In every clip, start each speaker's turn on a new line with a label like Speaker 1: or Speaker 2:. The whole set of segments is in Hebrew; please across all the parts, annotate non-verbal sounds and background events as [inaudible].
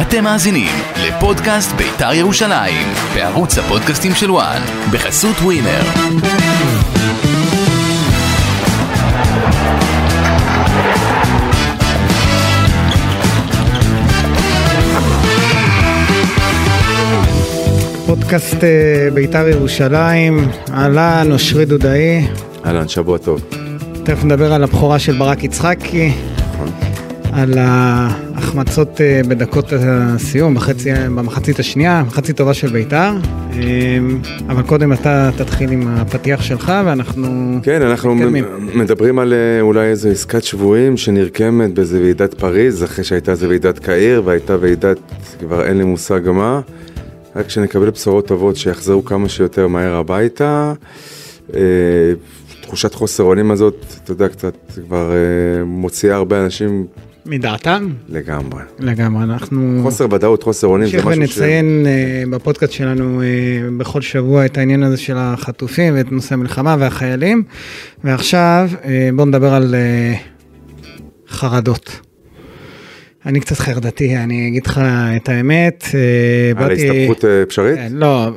Speaker 1: אתם מאזינים לפודקאסט בית"ר ירושלים, בערוץ הפודקאסטים של וואן, בחסות ווינר.
Speaker 2: פודקאסט אה, בית"ר ירושלים, אהלן, אושרי דודאי,
Speaker 3: אהלן, שבוע טוב.
Speaker 2: תכף נדבר על הבכורה של ברק יצחקי,
Speaker 3: נכון.
Speaker 2: על ההחמצות אה, בדקות הסיום, בחצי, במחצית השנייה, מחצית טובה של בית"ר, אה, אבל קודם אתה תתחיל עם הפתיח שלך ואנחנו...
Speaker 3: כן, אנחנו
Speaker 2: מתקדמים.
Speaker 3: מ- מדברים על אה, אולי איזו עסקת שבויים שנרקמת באיזה ועידת פריז, אחרי שהייתה איזה ועידת קהיר והייתה ועידת, כבר אין לי מושג מה. רק שנקבל בשורות טובות שיחזרו כמה שיותר מהר הביתה. אה, תחושת חוסר אונים הזאת, אתה יודע, קצת כבר אה, מוציאה הרבה אנשים
Speaker 2: מדעתם?
Speaker 3: לגמרי.
Speaker 2: לגמרי, אנחנו...
Speaker 3: חוסר ודאות, חוסר אונים, זה
Speaker 2: נמשיך
Speaker 3: משהו ש...
Speaker 2: Mm. ונציין אה, בפודקאסט שלנו אה, בכל שבוע את העניין הזה של החטופים ואת נושא המלחמה והחיילים. ועכשיו אה, בואו נדבר על אה, חרדות. אני קצת חרדתי, אני אגיד לך את האמת. אה,
Speaker 3: על
Speaker 2: באתי-
Speaker 3: ההסתבכות אה, אפשרית?
Speaker 2: אה, לא,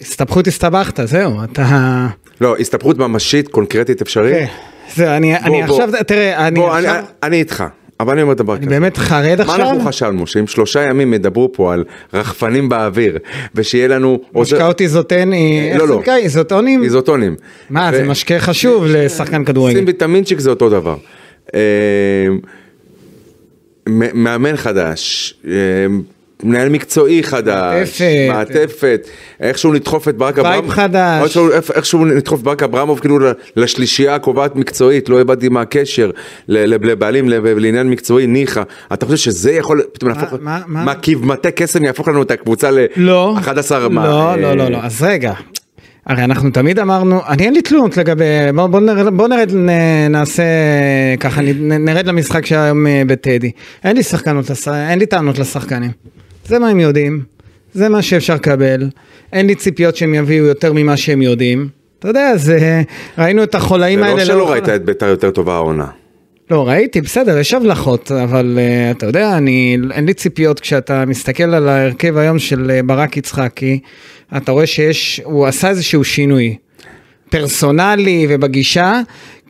Speaker 2: הסתבכות הסתבכת, זהו, אתה... כן,
Speaker 3: לא, הסתבכות ממשית, קונקרטית אפשרית?
Speaker 2: זהו, אני
Speaker 3: כן. בוא,
Speaker 2: אני
Speaker 3: בוא.
Speaker 2: עכשיו, תראה, אני
Speaker 3: בוא,
Speaker 2: עכשיו...
Speaker 3: אני איתך, אבל אני אומר דבר כזה.
Speaker 2: אני באמת חרד
Speaker 3: מה
Speaker 2: עכשיו?
Speaker 3: אנחנו חשבנו? שאם שלושה ימים ידברו פה על רחפנים באוויר, ושיהיה לנו... עוזר-
Speaker 2: משקאות איזוטני,
Speaker 3: אה, לא, לא.
Speaker 2: איזוטונים?
Speaker 3: איזוטונים.
Speaker 2: מה,
Speaker 3: ו-
Speaker 2: זה משקה חשוב לשחקן כדורגל.
Speaker 3: שים ויטמינצ'יק זה אותו דבר. אה, מ- מאמן חדש, אה, מנהל מקצועי חדש,
Speaker 2: מעטפת.
Speaker 3: מעטפת, איכשהו נדחוף את ברק
Speaker 2: וייב
Speaker 3: אברהם,
Speaker 2: חדש.
Speaker 3: איכשהו- איפ- איכשהו נדחוף ברק אברמוב כאילו ל- לשלישייה הקובעת מקצועית, לא הבנתי מה הקשר ל- ל- לבעלים, ל- לעניין מקצועי, ניחא, אתה חושב שזה יכול פתאום להפוך,
Speaker 2: מה- מה-
Speaker 3: מה כבמטה קסם יהפוך לנו את הקבוצה ל-
Speaker 2: לא.
Speaker 3: 11
Speaker 2: לא,
Speaker 3: מה,
Speaker 2: לא,
Speaker 3: אה,
Speaker 2: לא, לא, לא. אז רגע. הרי אנחנו תמיד אמרנו, אני אין לי תלונות לגבי, בוא, בוא, נרד, בוא נרד, נ, נעשה ככה, נ, נ- נרד למשחק שהיה היום אה, בטדי. אין לי, שחקנות, לש- אין לי טענות לשחקנים. זה מה הם יודעים, זה מה שאפשר לקבל. אין לי ציפיות שהם יביאו יותר ממה שהם יודעים. אתה יודע, זה, ראינו את החולאים
Speaker 3: זה
Speaker 2: האלה.
Speaker 3: לא שלא
Speaker 2: לאורך-
Speaker 3: ראית את בית"ר יותר טובה העונה.
Speaker 2: לא, ראיתי, בסדר, יש הבלחות, אבל uh, אתה יודע, אני, אין לי ציפיות כשאתה מסתכל על ההרכב היום של uh, ברק יצחקי, אתה רואה שיש, הוא עשה איזשהו שינוי. פרסונלי ובגישה,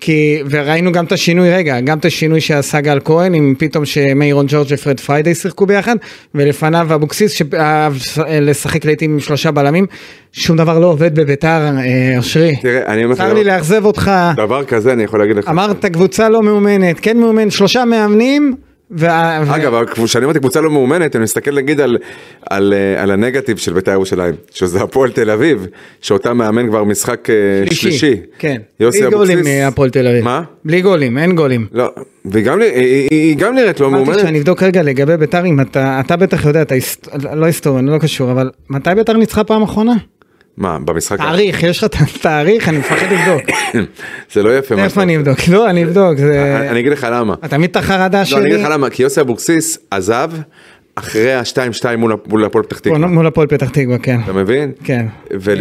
Speaker 2: כי, וראינו גם את השינוי, רגע, גם את השינוי שעשה גל כהן, עם פתאום שמאירון ג'ורג' ופרד פריידי שיחקו ביחד, ולפניו אבוקסיס שאהב אה, לשחק לעיתים עם שלושה בלמים, שום דבר לא עובד בביתר, אה, אושרי.
Speaker 3: תראה, אני אומר לך... לא-
Speaker 2: צר לי לאכזב אותך.
Speaker 3: דבר כזה אני יכול להגיד לך.
Speaker 2: אמרת קבוצה לא מאומנת, כן מאומנת, שלושה מאמנים. וה... ו-
Speaker 3: אגב, אבל כשאני אומר קבוצה לא מאומנת, אני מסתכל נגיד על, על, אה, על הנגטיב של בית"ר ירושלים, שזה הפועל תל אביב, שאותה מאמן כבר משחק אה, שלישי.
Speaker 2: כן.
Speaker 3: יוסי
Speaker 2: בלי
Speaker 3: אבוקסיס.
Speaker 2: גולים אה, הפועל תל אביב.
Speaker 3: מה?
Speaker 2: בלי גולים, אין גולים.
Speaker 3: לא, והיא גם, נ- היא, היא, היא גם נראית לא
Speaker 2: אמרתי
Speaker 3: מאומנת.
Speaker 2: שאני אבדוק רגע לגבי ביתר, אם אתה, אתה בטח יודע, אתה היסט... לא היסטוריון, לא קשור, אבל מתי ביתר ניצחה פעם אחרונה?
Speaker 3: מה, במשחק...
Speaker 2: תאריך, יש לך את התאריך, אני מפחד
Speaker 3: [laughs]
Speaker 2: לבדוק.
Speaker 3: [clears throat] זה לא יפה. מה
Speaker 2: תכף
Speaker 3: שאתה
Speaker 2: אני
Speaker 3: עושה.
Speaker 2: אבדוק, לא, אני אבדוק, זה...
Speaker 3: אני אה, אני אגיד לך למה.
Speaker 2: אתה תמיד את החרדה
Speaker 3: לא, אני אגיד
Speaker 2: שלי
Speaker 3: לך למה, כי יוסי אבוקסיס עזב אחרי ה-2-2 מול הפ- מול הפועל פתח תקווה.
Speaker 2: מול הפועל פתח תקווה, כן.
Speaker 3: אתה מבין?
Speaker 2: כן. אה,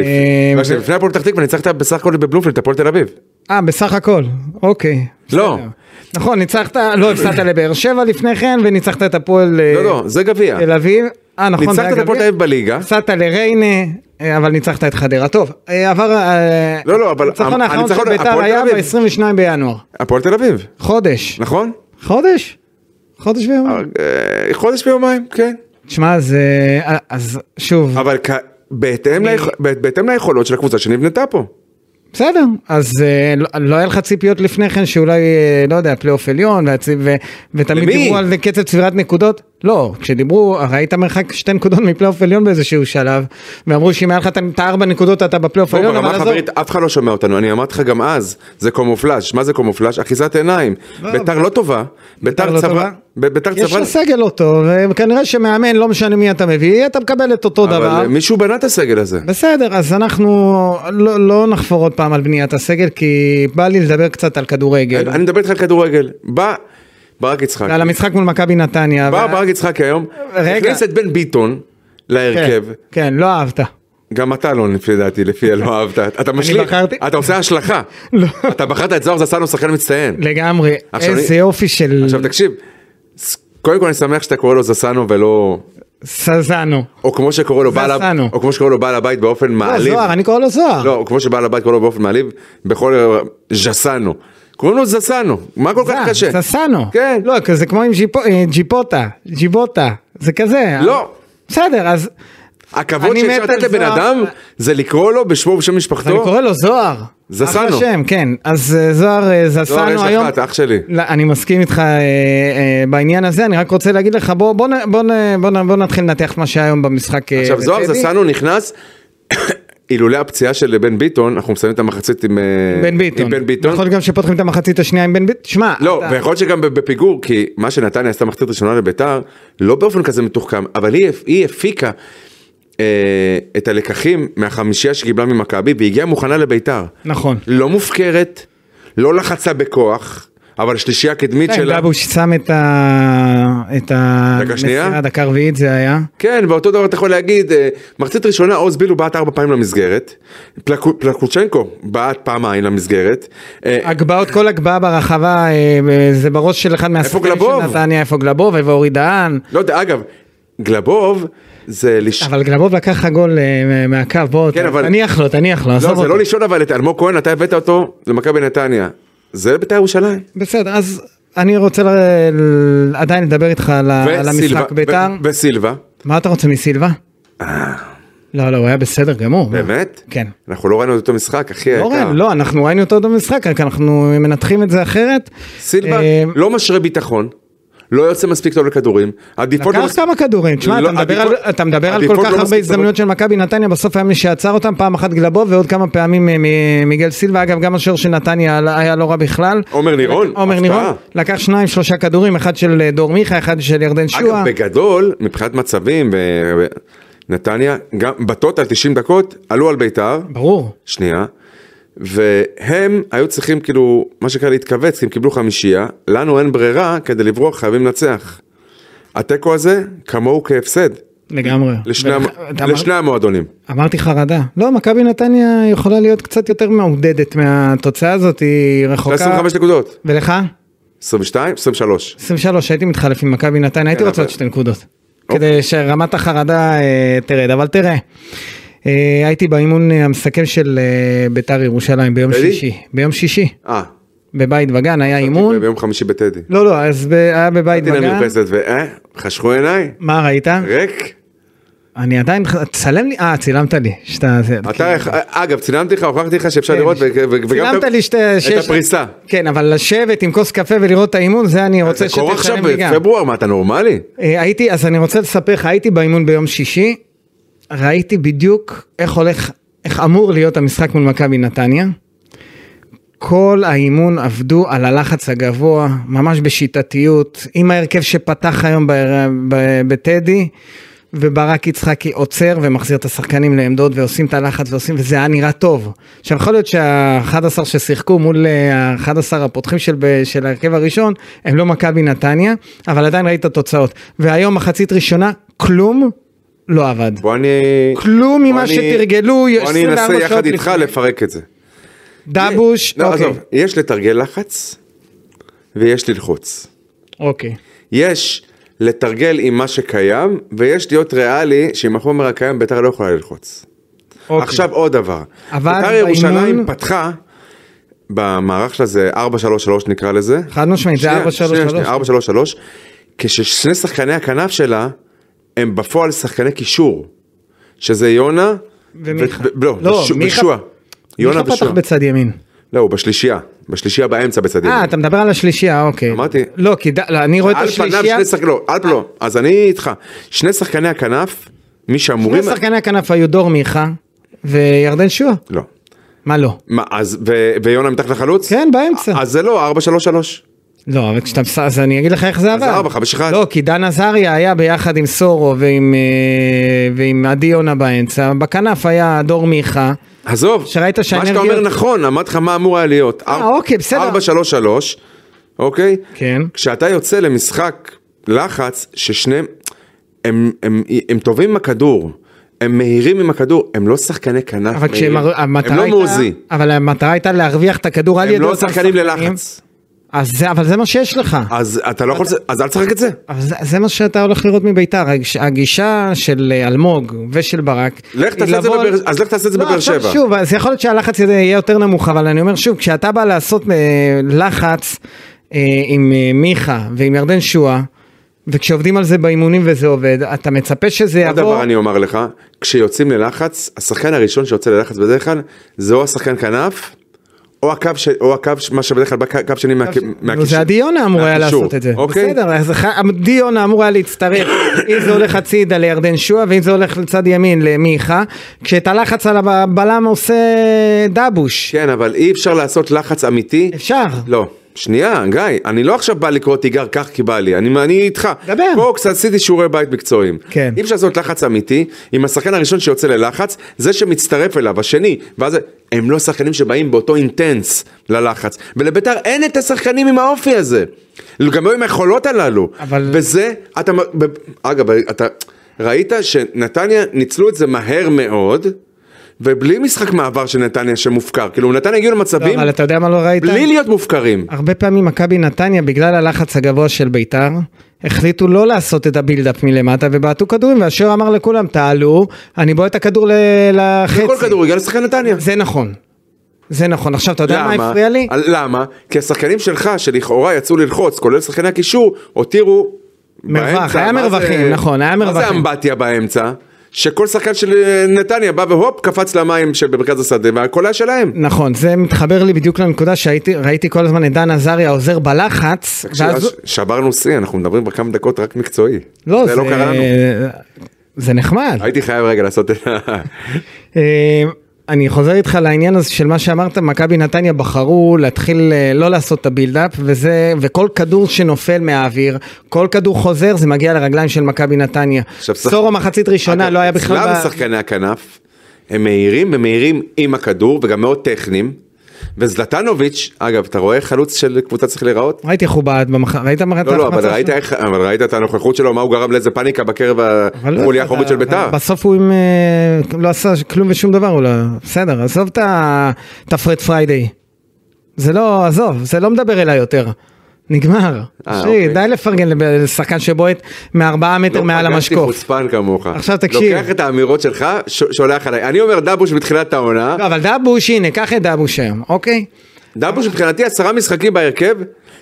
Speaker 2: ו-
Speaker 3: ולפני הפועל פתח תקווה ניצחת בסך הכל בבלומפילד את הפועל תל אביב.
Speaker 2: אה, בסך הכל, אוקיי.
Speaker 3: לא.
Speaker 2: בסדר. נכון, ניצחת, לא, הפסדת לבאר שבע לפני כן, וניצחת את הפועל אה,
Speaker 3: לא, לא, זה גביע.
Speaker 2: תל אביב. אה, נכון, זה
Speaker 3: ניצחת
Speaker 2: היה
Speaker 3: את הפועל תל
Speaker 2: גביע.
Speaker 3: אביב בליגה.
Speaker 2: הפסדת לריינה, אה, אבל ניצחת את חדרה. טוב, אה, עבר... אה,
Speaker 3: לא, לא, אבל
Speaker 2: הניצחון
Speaker 3: המ-
Speaker 2: האחרון של
Speaker 3: הניצחון-
Speaker 2: בית"ר
Speaker 3: הפועל תל
Speaker 2: היה
Speaker 3: אביב.
Speaker 2: ב-22 בינואר.
Speaker 3: הפועל תל אביב,
Speaker 2: חודש.
Speaker 3: נכון?
Speaker 2: חודש? חודש ויום.
Speaker 3: אה, חודש ויומיים, כן.
Speaker 2: תשמע, זה... אה, אז שוב,
Speaker 3: אבל כ- בהתאם ליכ- ב- בהתאם ליכולות של הקבוצה שנבנתה פה.
Speaker 2: בסדר, אז אה, לא- לא היה לך ציפיות לפני כן שאולי, אה, לא יודע, פלייאוף עליון, והצי- ו- ותמיד
Speaker 3: למי?
Speaker 2: דיברו על קצב צבירת נקודות? לא, כשדיברו, ראית מרחק שתי נקודות מפלייאוף עליון באיזשהו שלב, ואמרו שאם היה לך את את הארבע נקודות אתה בפלייאוף
Speaker 3: בוא,
Speaker 2: עליון, אבל
Speaker 3: ברמה
Speaker 2: עזוב.
Speaker 3: חברית אף אחד לא שומע אותנו, אני אמרתי לך גם אז, זה קומופלאז', מה זה קומופלאז'? אחיזת עיניים. ביתר לא טובה,
Speaker 2: לא
Speaker 3: ביתר צברה,
Speaker 2: טובה.
Speaker 3: ב- ביתר
Speaker 2: יש
Speaker 3: צברה,
Speaker 2: לך סגל לא טוב, וכנראה שמאמן, לא משנה מי אתה מביא, אתה מקבל את אותו
Speaker 3: אבל
Speaker 2: דבר.
Speaker 3: אה, מישהו בנה את הסגל הזה.
Speaker 2: בסדר, אז אנחנו לא, לא נחפור עוד פעם על בניית הסגל, כי בא לי לדבר קצת על כדורגל.
Speaker 3: אני אני מדבר איתך על כדורגל, בא ברק יצחק,
Speaker 2: על המשחק מול מכבי נתניה.
Speaker 3: אה, בא
Speaker 2: ו-
Speaker 3: ברק יצחק היום,
Speaker 2: רגע.
Speaker 3: הכניס את בן ביטון להרכב,
Speaker 2: כן, כן, לא אהבת.
Speaker 3: גם אתה לא לפי דעתי,
Speaker 2: [laughs]
Speaker 3: לפי לא אהבת, אתה משליך,
Speaker 2: בחרתי-
Speaker 3: אתה עושה השלכה,
Speaker 2: לא.
Speaker 3: אתה בחרת את זוהר זסנו שחקן מצטיין,
Speaker 2: לגמרי,
Speaker 3: עכשיו
Speaker 2: איזה
Speaker 3: אני-
Speaker 2: יופי של...
Speaker 3: עכשיו תקשיב, ס- קודם כל אני שמח שאתה קורא לו זסנו ולא
Speaker 2: סזנו.
Speaker 3: או כמו שקורא לו בעל
Speaker 2: זסנו.
Speaker 3: או כמו שקורא לו בעל הבית באופן
Speaker 2: לא,
Speaker 3: מעליב.
Speaker 2: זוהר, אני קורא לו זוהר.
Speaker 3: לא, כמו שבעל הבית קורא לו באופן מעליב, בכל... ז'סנו. קוראים לו זסנו. מה כל כך
Speaker 2: זן,
Speaker 3: קשה?
Speaker 2: ססנו.
Speaker 3: כן.
Speaker 2: לא, כי זה כמו עם ג'יפו- אה, ג'יפוטה, ג'יבוטה, זה כזה.
Speaker 3: לא.
Speaker 2: בסדר, אז
Speaker 3: הכבוד
Speaker 2: אני
Speaker 3: שאפשר
Speaker 2: מת
Speaker 3: לתת
Speaker 2: על
Speaker 3: לבן
Speaker 2: זוהר.
Speaker 3: אדם זה לקרוא לו בשמו ובשם
Speaker 2: אז אני
Speaker 3: משפחתו.
Speaker 2: קורא לו זוהר.
Speaker 3: לא. זסנו.
Speaker 2: אחלה שם, כן. אז אה, זוהר אה, זסנו
Speaker 3: זוהר, יש
Speaker 2: היום.
Speaker 3: לך את אח שלי.
Speaker 2: לא, אני מסכים איתך אה, אה, בעניין הזה, אני רק רוצה להגיד לך, בוא, בוא, נ- בוא, נ- בוא, נ- בוא נתחיל לנתח מה שהיה היום במשחק. אה,
Speaker 3: עכשיו זוהר
Speaker 2: בטדי.
Speaker 3: זסנו נכנס, [coughs] אילולא הפציעה של בן ביטון, אנחנו מסיימים את המחצית עם אה,
Speaker 2: בן ביטון. נכון.
Speaker 3: עם בן ביטון.
Speaker 2: יכול להיות גם שפותחים את המחצית השנייה עם בן ביטון. שמע,
Speaker 3: לא,
Speaker 2: אתה-
Speaker 3: ויכול להיות שגם בפיגור, כי מה שנתניה עשתה מחצית ראשונה לביתר, לא באופן כזה מתוחכם, אבל היא, היא הפיקה אה, את הלקחים מהחמישייה שקיבלה ממכבי, והגיעה מוכנה לביתר.
Speaker 2: נכון.
Speaker 3: לא מופקרת, לא לחצה בכוח, אבל שלישייה קדמית
Speaker 2: כן,
Speaker 3: שלה...
Speaker 2: דבוש שם את ה... את ה...
Speaker 3: דקה שנייה?
Speaker 2: מסירה, דקה רביעית זה היה.
Speaker 3: כן, ואותו דבר אתה יכול להגיד, אה, מחצית ראשונה עוז בילו בעט ארבע פעמים למסגרת, פלקו- פלקוצ'נקו בעט פעמיים למסגרת, אה,
Speaker 2: הגבהות, כל הגבהה ברחבה, אה, אה, זה בראש של אחד מהשחקנים
Speaker 3: גלבוב?
Speaker 2: של נתניה, איפה גלבוב, איפה אורי דהן.
Speaker 3: לא יודע, אגב, גלבוב זה... לש-
Speaker 2: אבל גלבוב לקח לך גול אה, מה- מהקו, בוא,
Speaker 3: כן,
Speaker 2: ת-
Speaker 3: אבל-
Speaker 2: תניח לו, תניח לו,
Speaker 3: לא,
Speaker 2: עזוב
Speaker 3: זה
Speaker 2: אותו.
Speaker 3: לא לשאול אבל את אלמוג כהן, אתה הבאת אותו למכבי נתניה. זה לבית"ר ירושלים.
Speaker 2: בסדר, אז אני רוצה ל- ל- עדיין לדבר איתך על ה- על
Speaker 3: וסילבה-
Speaker 2: המשחק אה, בית"ר. לא.
Speaker 3: ו- וסילבה,
Speaker 2: מה אתה רוצה מסילבה? לא, לא, הוא היה בסדר גמור.
Speaker 3: באמת?
Speaker 2: כן.
Speaker 3: אנחנו לא ראינו את אותו משחק, אחי היקר.
Speaker 2: אורן, לא, אנחנו ראינו אותו במשחק, רק אנחנו מנתחים את זה אחרת.
Speaker 3: סילבה
Speaker 2: אה,
Speaker 3: לא משרה ביטחון, לא יוצא מספיק טוב לכדורים. עדיפות לא
Speaker 2: לקח
Speaker 3: מספיק-
Speaker 2: כמה כדורים, תשמע,
Speaker 3: לא,
Speaker 2: אתה מדבר
Speaker 3: עדיפות-
Speaker 2: על- אתה מדבר על כל
Speaker 3: עדיפות לא
Speaker 2: כך הרבה
Speaker 3: מספיק
Speaker 2: הזדמנויות של מכבי נתניה, בסוף היה מי שעצר אותם, פעם אחת גלבוב ועוד כמה פעמים אה, מ- מיגל סילבה, אגב גם השוער של נתניה היה לא רע בכלל.
Speaker 3: עומר נירון,
Speaker 2: עומר
Speaker 3: הפתעה.
Speaker 2: נירון, לקח שניים שלושה כדורים, אחד של אה, דור מיכה, אחד של ירדן שועה.
Speaker 3: אגב, בגדול, מבחינת מצבים, ב- ב- נתניה, גם בטוטל 90 דקות, עלו על בית"ר,
Speaker 2: ברור.
Speaker 3: שנייה, והם היו צריכים כאילו, מה שנקרא להתכווץ, כי הם קיבלו חמישייה, לנו אין ברירה, כדי לברוח חייבים לנצח. התיקו הזה, כמוהו כהפסד,
Speaker 2: לגמרי.
Speaker 3: לשני, המ...
Speaker 2: ולכ- אתה אמר-
Speaker 3: לשני המועדונים.
Speaker 2: אמרתי חרדה. לא, מכבי נתניה יכולה להיות קצת יותר מעודדת מהתוצאה הזאת, היא
Speaker 3: זה
Speaker 2: רחוקה.
Speaker 3: 25 נקודות,
Speaker 2: ולך?
Speaker 3: 22, 23.
Speaker 2: 23, הייתי מתחלף עם מכבי נתניה, הייתי
Speaker 3: כן,
Speaker 2: רוצה
Speaker 3: אבל-
Speaker 2: עוד שתי נקודות.
Speaker 3: אוקיי.
Speaker 2: כדי שרמת החרדה אה, תרד, אבל תראה. אה, הייתי באימון אה, המסכם של אה, ביתר ירושלים ביום
Speaker 3: בטדי?
Speaker 2: שישי, ביום שישי,
Speaker 3: אה,
Speaker 2: בבית וגן היה אימון,
Speaker 3: ביום חמישי בטדי.
Speaker 2: לא לא, אז ב- היה בבית
Speaker 3: הייתי
Speaker 2: וגן,
Speaker 3: למרפסת ואה, חשכו עיניי,
Speaker 2: מה ראית?
Speaker 3: ריק.
Speaker 2: אני עדיין, צלם לי, אה צילמת לי, שאתה, זה- כאילו,
Speaker 3: אתה, אגב, צילמתי לך, הוכחתי לך שאפשר
Speaker 2: כן,
Speaker 3: לראות, ו- ו- וגם
Speaker 2: צילמת
Speaker 3: את-
Speaker 2: לי שתי...
Speaker 3: את
Speaker 2: שיש-
Speaker 3: הפריסה. אה,
Speaker 2: כן, אבל לשבת עם כוס קפה ולראות את האימון, זה אני
Speaker 3: זה
Speaker 2: רוצה
Speaker 3: קורה עכשיו
Speaker 2: שתצלם לי גם.
Speaker 3: בפברואר, מה אתה נורמלי?
Speaker 2: אה, הייתי, אז אני רוצה לספר לך, הייתי באימון ביום שישי, ראיתי בדיוק איך הולך, איך אמור להיות המשחק מול מכבי נתניה. כל האימון עבדו על הלחץ הגבוה, ממש בשיטתיות, עם ההרכב שפתח היום ב- ב- בטדי, וברק יצחקי עוצר ומחזיר את השחקנים לעמדות ועושים את הלחץ ועושים, וזה היה נראה טוב. עכשיו יכול להיות שה-11 ששיחקו מול אה, ה-11 הפותחים של, ב- של ההרכב הראשון, הם לא מכבי נתניה, אבל עדיין ראית תוצאות. והיום מחצית ראשונה, כלום לא עבד.
Speaker 3: בוא אני...
Speaker 2: כלום ממה
Speaker 3: בוא אני-
Speaker 2: שתרגלו
Speaker 3: בוא אני
Speaker 2: 24
Speaker 3: אנסה
Speaker 2: שעות
Speaker 3: יחד איתך
Speaker 2: לפני.
Speaker 3: לפרק את זה.
Speaker 2: דבוש,
Speaker 3: לא,
Speaker 2: אוקיי.
Speaker 3: עזוב, יש לתרגל לחץ ויש ללחוץ.
Speaker 2: אוקיי.
Speaker 3: יש לתרגל עם מה שקיים ויש להיות ריאלי שעם החומר הקיים בית"ר לא יכולה ללחוץ.
Speaker 2: אוקיי.
Speaker 3: עכשיו עוד דבר.
Speaker 2: אבל
Speaker 3: בית"ר ירושלים
Speaker 2: באימון-
Speaker 3: פתחה במערך שלה זה 433 נקרא לזה.
Speaker 2: חד משמעית, זה
Speaker 3: שנייה,
Speaker 2: 433.
Speaker 3: שנייה, שנייה, 433. כששני שחקני הכנף שלה הם בפועל שחקני קישור. שזה יונה.
Speaker 2: ומיכה.
Speaker 3: ו- ו- לא,
Speaker 2: לא,
Speaker 3: ושו-
Speaker 2: מיכה-
Speaker 3: ושועה. יונה
Speaker 2: מיכה פתח
Speaker 3: ושועה.
Speaker 2: בצד ימין.
Speaker 3: לא, הוא בשלישייה. בשלישייה באמצע בצד ימין.
Speaker 2: אה, אתה מדבר על השלישייה, אוקיי.
Speaker 3: אמרתי.
Speaker 2: לא, כי ד- לא, אני רואה את
Speaker 3: על פניו
Speaker 2: השלישייה,
Speaker 3: שני שחקנים, לא, על פניו, אז אני איתך, שני שחקני הכנף, מי שאמורים,
Speaker 2: שני שחקני הכנף היו דור מיכה וירדן שועה.
Speaker 3: לא,
Speaker 2: מה לא?
Speaker 3: מה, אז, ו- ויונה מתחת לחלוץ?
Speaker 2: כן, באמצע.
Speaker 3: אז זה לא 433.
Speaker 2: לא, אבל כשאתה... מס- אז אני אגיד לך איך זה
Speaker 3: אז
Speaker 2: עבד.
Speaker 3: ארבע, חמש, אחד.
Speaker 2: לא, כי דן עזריה היה ביחד עם סורו ועם, אה, ועם עדי יונה באמצע, בכנף היה דור מיכה.
Speaker 3: עזוב,
Speaker 2: שראית
Speaker 3: מה
Speaker 2: שהאנרגיות-
Speaker 3: שאתה אומר נכון, אמרתי לך מה אמור היה להיות.
Speaker 2: אה, אוקיי, בסדר.
Speaker 3: 433, אוקיי?
Speaker 2: כן.
Speaker 3: כשאתה יוצא למשחק לחץ, ששניהם, הם, הם, הם, הם טובים עם הכדור, הם מהירים עם הכדור, הם לא שחקני כנף
Speaker 2: אבל
Speaker 3: מהירים,
Speaker 2: כשהם... המטרה
Speaker 3: הם לא
Speaker 2: הייתה-
Speaker 3: מוזי,
Speaker 2: אבל המטרה הייתה להרוויח את הכדור על
Speaker 3: הם
Speaker 2: ידי...
Speaker 3: לא
Speaker 2: אותם
Speaker 3: שחקנים
Speaker 2: שחקנים.
Speaker 3: ללחץ.
Speaker 2: אז זה, אבל זה מה שיש לך.
Speaker 3: אז אתה לא יכול, אז אל תשחק את זה.
Speaker 2: אבל זה, זה מה שאתה הולך לראות מביתר, הגיש- הגישה של אה, אלמוג ושל ברק.
Speaker 3: לך
Speaker 2: היא
Speaker 3: תעשה את זה
Speaker 2: לבוא-
Speaker 3: בבאר- אז לך תעשה את זה
Speaker 2: לא,
Speaker 3: בבאר
Speaker 2: עכשיו
Speaker 3: שבע.
Speaker 2: שוב, אז יכול להיות שהלחץ הזה יהיה יותר נמוך, אבל אני אומר שוב, כשאתה בא לעשות אה, לחץ אה, עם אה, מיכה ועם ירדן שואה, וכשעובדים על זה באימונים וזה עובד, אתה מצפה שזה
Speaker 3: עוד
Speaker 2: יבוא...
Speaker 3: דבר אני אומר לך, כשיוצאים ללחץ, השחקן הראשון שיוצא ללחץ בדרך כלל, זה או השחקן כנף, או הקו, ש... או הקו, ש- מה שבדרך כלל בא קו שני מה-
Speaker 2: נו,
Speaker 3: מהקישור.
Speaker 2: זה עדי יונה אמור היה
Speaker 3: מהקישור,
Speaker 2: לעשות את זה.
Speaker 3: אוקיי?
Speaker 2: בסדר, אז ח- עדי יונה אמור היה
Speaker 3: [laughs]
Speaker 2: להצטרף, אם זה הולך הצידה לירדן שועה, ואם זה הולך לצד ימין למיכה, כשאת הלחץ על הבלם עושה דבוש.
Speaker 3: כן, אבל אי אפשר לעשות לחץ אמיתי.
Speaker 2: אפשר.
Speaker 3: לא. שנייה, גיא, אני לא עכשיו בא לקרוא תיגר כך כי בא לי, אני, אני איתך.
Speaker 2: דבר.
Speaker 3: פה קצת עשיתי שיעורי בית מקצועיים.
Speaker 2: כן.
Speaker 3: אי אפשר לעשות לחץ אמיתי, אם השחקן הראשון שיוצא ללחץ, זה שמצטרף אליו, השני, ואז הם לא שחקנים שבאים באותו אינטנס ללחץ. ולביתר אין את השחקנים עם האופי הזה. גם לא עם היכולות הללו.
Speaker 2: אבל-
Speaker 3: וזה, אתה, מ- ב- אגב, אתה ראית שנתניה ניצלו את זה מהר מאוד. ובלי משחק מעבר של נתניה שמופקר, כאילו נתניה הגיעו
Speaker 2: לא,
Speaker 3: למצבים,
Speaker 2: אבל אתה יודע מה לא ראית?
Speaker 3: בלי להיות מופקרים.
Speaker 2: הרבה פעמים מכבי נתניה, בגלל הלחץ הגבוה של ביתר, החליטו לא לעשות את הבילדאפ מלמטה ובעטו כדורים, והשוער אמר לכולם, תעלו, אני בועט את הכדור ל- לחצי.
Speaker 3: כל כדורגל לשחקן נתניה.
Speaker 2: זה נכון. זה נכון. עכשיו, אתה יודע מה
Speaker 3: למה?
Speaker 2: הפריע לי?
Speaker 3: על- למה? כי השחקנים שלך שלכאורה יצאו ללחוץ, כולל שחקני הקישור, הותירו
Speaker 2: מרווח,
Speaker 3: באמצע,
Speaker 2: היה
Speaker 3: מה זה-
Speaker 2: מרווחים, נכון, היה
Speaker 3: מה זה
Speaker 2: מרווחים.
Speaker 3: אמבטיה באמצע? שכל שחקן של אה, נתניה בא והופ, קפץ למים שבמרכז השדה, והכל היה שלהם.
Speaker 2: נכון, זה מתחבר לי בדיוק לנקודה שהייתי, ראיתי כל הזמן את דן עזריה עוזר בלחץ,
Speaker 3: תקשיב, אז שברנו שיא, אנחנו מדברים כבר כמה דקות רק מקצועי.
Speaker 2: לא,
Speaker 3: זה לא קרה לנו.
Speaker 2: זה נחמד.
Speaker 3: הייתי חייב רגע לעשות את ה...
Speaker 2: אה, אני חוזר איתך לעניין הזה של מה שאמרת, מכבי נתניה בחרו להתחיל אה, לא לעשות את הבילדאפ, וזה, וכל כדור שנופל מהאוויר, כל כדור חוזר, זה מגיע לרגליים של מכבי נתניה.
Speaker 3: עכשיו, שח-
Speaker 2: סורו מחצית ראשונה
Speaker 3: אגב,
Speaker 2: לא היה בכלל...
Speaker 3: אצלם
Speaker 2: ב-
Speaker 3: שחקני הכנף, הם מהירים ומהירים עם הכדור וגם מאוד טכניים. וזלטנוביץ', אגב, אתה רואה איך חלוץ של קבוצה צריך להיראות?
Speaker 2: ראיתי איך הוא בעט במח... ראית מה
Speaker 3: לא, לא, אבל ראית, איך, אבל ראית את הנוכחות שלו, מה הוא גרם לאיזה פאניקה בקרב החוליה האחורית של ביתר.
Speaker 2: לא בסוף הוא עם... אה, לא עשה כלום ושום דבר, הוא לא... בסדר, עזוב את ה- את הפרד פריידי. זה לא, עזוב, זה לא מדבר אליי יותר. נגמר.
Speaker 3: אה,
Speaker 2: אחי,
Speaker 3: אוקיי.
Speaker 2: די לפרגן לב- לשחקן שבועט מארבעה מטר
Speaker 3: לא
Speaker 2: מעל
Speaker 3: פגשתי
Speaker 2: המשקוף.
Speaker 3: חוצפן כמוך.
Speaker 2: עכשיו תקשיב.
Speaker 3: לוקח את האמירות שלך, ש- שולח עליי. אני אומר דבוש בתחילת העונה,
Speaker 2: לא, אבל דאבוש, הנה, קח את דאבוש היום, אוקיי?
Speaker 3: דבוש מבחינתי עשרה משחקים בהרכב,